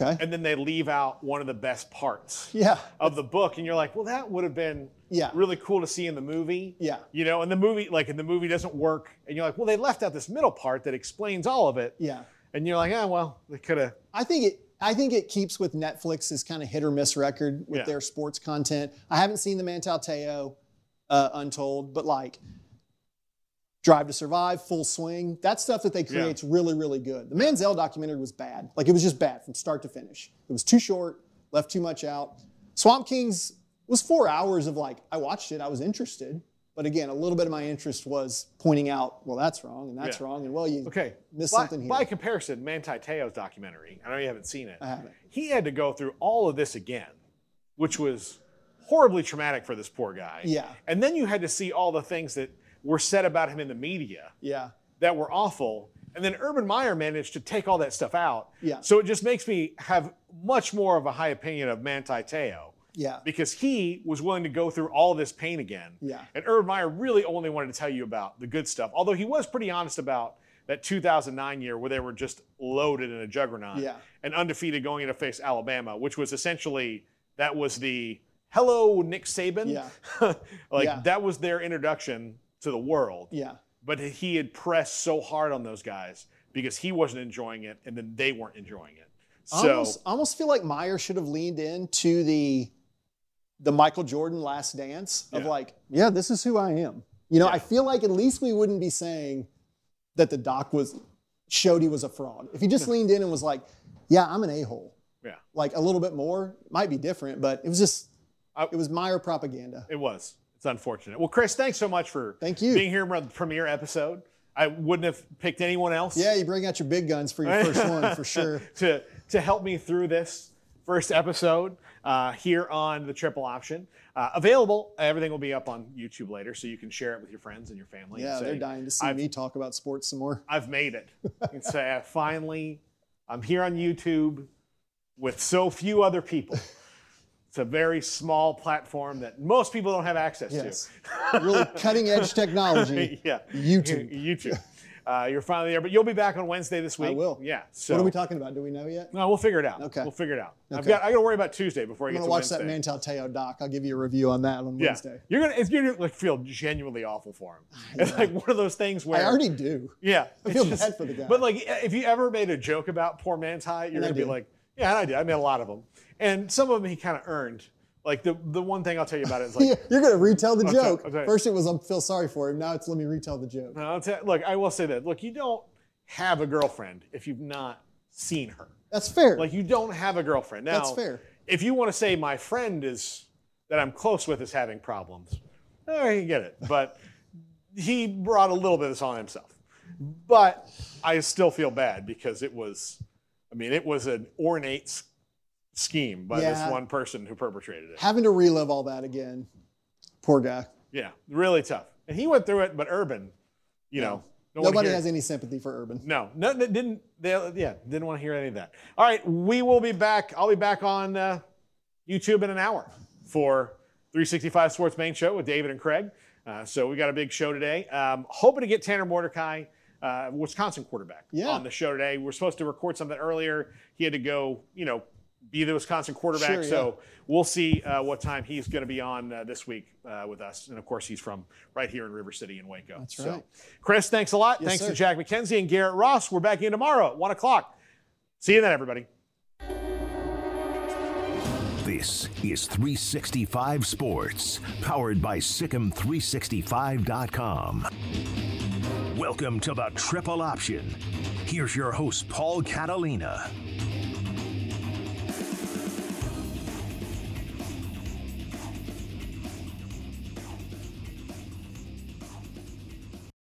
Speaker 3: Okay.
Speaker 2: and then they leave out one of the best parts.
Speaker 3: yeah.
Speaker 2: of the book, and you're like, well, that would have been
Speaker 3: Yeah.
Speaker 2: really cool to see in the movie.
Speaker 3: Yeah.
Speaker 2: You know, and the movie, like, and the movie doesn't work. And you're like, well, they left out this middle part that explains all of it.
Speaker 3: Yeah.
Speaker 2: And you're like, ah, well, they could have.
Speaker 3: I think it. I think it keeps with Netflix's kind of hit or miss record with
Speaker 2: Yeah.
Speaker 3: their sports content. I haven't seen the Mantel Teo uh, Untold, but like Drive to Survive, Full Swing, that stuff that they create's really, really good. The Manziel documentary was bad. Like it was just bad from start to finish. It was too short, left too much out. Swamp Kings was four hours of like I watched it, I was interested, but again, a little bit of my interest was pointing out, well, that's wrong and that's
Speaker 2: Yeah.
Speaker 3: wrong, and well, you
Speaker 2: Okay.
Speaker 3: missed
Speaker 2: by,
Speaker 3: something here.
Speaker 2: By comparison, Manti Teo's documentary, I know you haven't seen it. I
Speaker 3: haven't.
Speaker 2: He had to go through all of this again, which was horribly traumatic for this poor guy.
Speaker 3: Yeah.
Speaker 2: And then you had to see all the things that were said about him in the media
Speaker 3: yeah,
Speaker 2: that were awful. And then Urban Meyer managed to take all that stuff out.
Speaker 3: Yeah.
Speaker 2: So it just makes me have much more of a high opinion of Manti Teo
Speaker 3: yeah,
Speaker 2: because he was willing to go through all this pain again.
Speaker 3: Yeah.
Speaker 2: And Urban Meyer really only wanted to tell you about the good stuff, although he was pretty honest about that 2009 year where they were just loaded in a juggernaut
Speaker 3: Yeah.
Speaker 2: and undefeated going in to face Alabama, which was essentially that was the hello Nick Saban. Yeah. like
Speaker 3: Yeah.
Speaker 2: that was their introduction to the world.
Speaker 3: yeah.
Speaker 2: But he had pressed so hard on those guys because he wasn't enjoying it and then they weren't enjoying it. So
Speaker 3: almost, almost feel like Meyer should have leaned into the the Michael Jordan last dance of
Speaker 2: Yeah.
Speaker 3: like, yeah, this is who I am. You know,
Speaker 2: Yeah.
Speaker 3: I feel like at least we wouldn't be saying that the doc was showed he was a fraud. If he just leaned in and was like, yeah, I'm an a-hole.
Speaker 2: Yeah.
Speaker 3: Like a little bit more, might be different, but it was just
Speaker 2: I-
Speaker 3: it was Meyer propaganda.
Speaker 2: It was. It's unfortunate. Well, Chris, thanks so much for
Speaker 3: Thank you.
Speaker 2: being here on the premiere episode. I wouldn't have picked anyone else
Speaker 3: Yeah, you bring out your big guns for your first one for sure.
Speaker 2: to to help me through this first episode uh, here on the Triple Option. Uh, available. Everything will be up on YouTube later, so you can share it with your friends and your family. and
Speaker 3: Yeah, they're
Speaker 2: say,
Speaker 3: dying to see
Speaker 2: I've-
Speaker 3: me talk about sports some more.
Speaker 2: I've made it. And say, I finally, I'm here on YouTube with so few other people. It's a very small platform that most people don't have access
Speaker 3: Yes.
Speaker 2: to.
Speaker 3: really cutting edge technology.
Speaker 2: yeah.
Speaker 3: YouTube.
Speaker 2: YouTube. Uh, you're finally there, but you'll be back on Wednesday this week.
Speaker 3: I will.
Speaker 2: Yeah. So
Speaker 3: What are we talking about? Do we know yet?
Speaker 2: No, we'll figure it out.
Speaker 3: Okay.
Speaker 2: We'll figure it out. I've
Speaker 3: Okay.
Speaker 2: got. I got to worry about Tuesday before I
Speaker 3: I'm
Speaker 2: get
Speaker 3: gonna
Speaker 2: to
Speaker 3: watch
Speaker 2: Wednesday.
Speaker 3: that Mantel Teo doc. I'll give you a review on that on
Speaker 2: yeah.
Speaker 3: Wednesday.
Speaker 2: You're gonna. It's gonna like feel genuinely awful for him. It's like one of those things where
Speaker 3: I already do.
Speaker 2: Yeah.
Speaker 3: I
Speaker 2: it's
Speaker 3: feel bad for the guy.
Speaker 2: But like, if you ever made a joke about poor man's height, you're
Speaker 3: And I
Speaker 2: gonna be
Speaker 3: did.
Speaker 2: like, yeah, and I did. I made a lot of them, and some of them he kind of earned. Like the the one thing I'll tell you about it is like.
Speaker 3: Yeah, You're gonna retell the
Speaker 2: I'll tell-
Speaker 3: joke.
Speaker 2: I'll tell you.
Speaker 3: First it was I feel sorry for him. Now it's let me retell the joke.
Speaker 2: I'll tell- look, I will say that. Look, you don't have a girlfriend if you've not seen her.
Speaker 3: That's fair.
Speaker 2: Like you don't have a girlfriend. Now
Speaker 3: That's fair.
Speaker 2: If you want to say my friend is that I'm close with is having problems, I can get it. But he brought a little bit of this on himself. But I still feel bad because it was, I mean, it was an ornate s- scheme by
Speaker 3: Yeah.
Speaker 2: this one person who perpetrated it.
Speaker 3: Having to relive all that again. Poor guy.
Speaker 2: Yeah, really tough. And he went through it, but Urban, you know, no one
Speaker 3: Nobody
Speaker 2: here-
Speaker 3: has any sympathy for Urban.
Speaker 2: No, no, no, didn't. They, yeah, didn't want to hear any of that. All right, we will be back. I'll be back on uh, YouTube in an hour for 365 Sports Main Show with David and Craig. Uh, so we got a big show today. Um, hoping to get Tanner Mordecai, uh, Wisconsin quarterback,
Speaker 3: Yeah.
Speaker 2: on the show today. We are supposed to record something earlier. He had to go, you know, be the Wisconsin quarterback.
Speaker 3: Sure, yeah.
Speaker 2: So we'll see uh, what time he's going to be on uh, this week uh, with us. And of course, he's from right here in River City in Waco. That's
Speaker 3: right.
Speaker 2: Chris, thanks a lot. thanks
Speaker 3: sir.
Speaker 2: to Jack McKenzie and Garrett Ross. We're back in tomorrow at 1 o'clock. See you then, everybody.
Speaker 1: This is 365 Sports, powered by Sikkim365.com. Welcome to the Triple Option. Here's your host, Paul Catalina.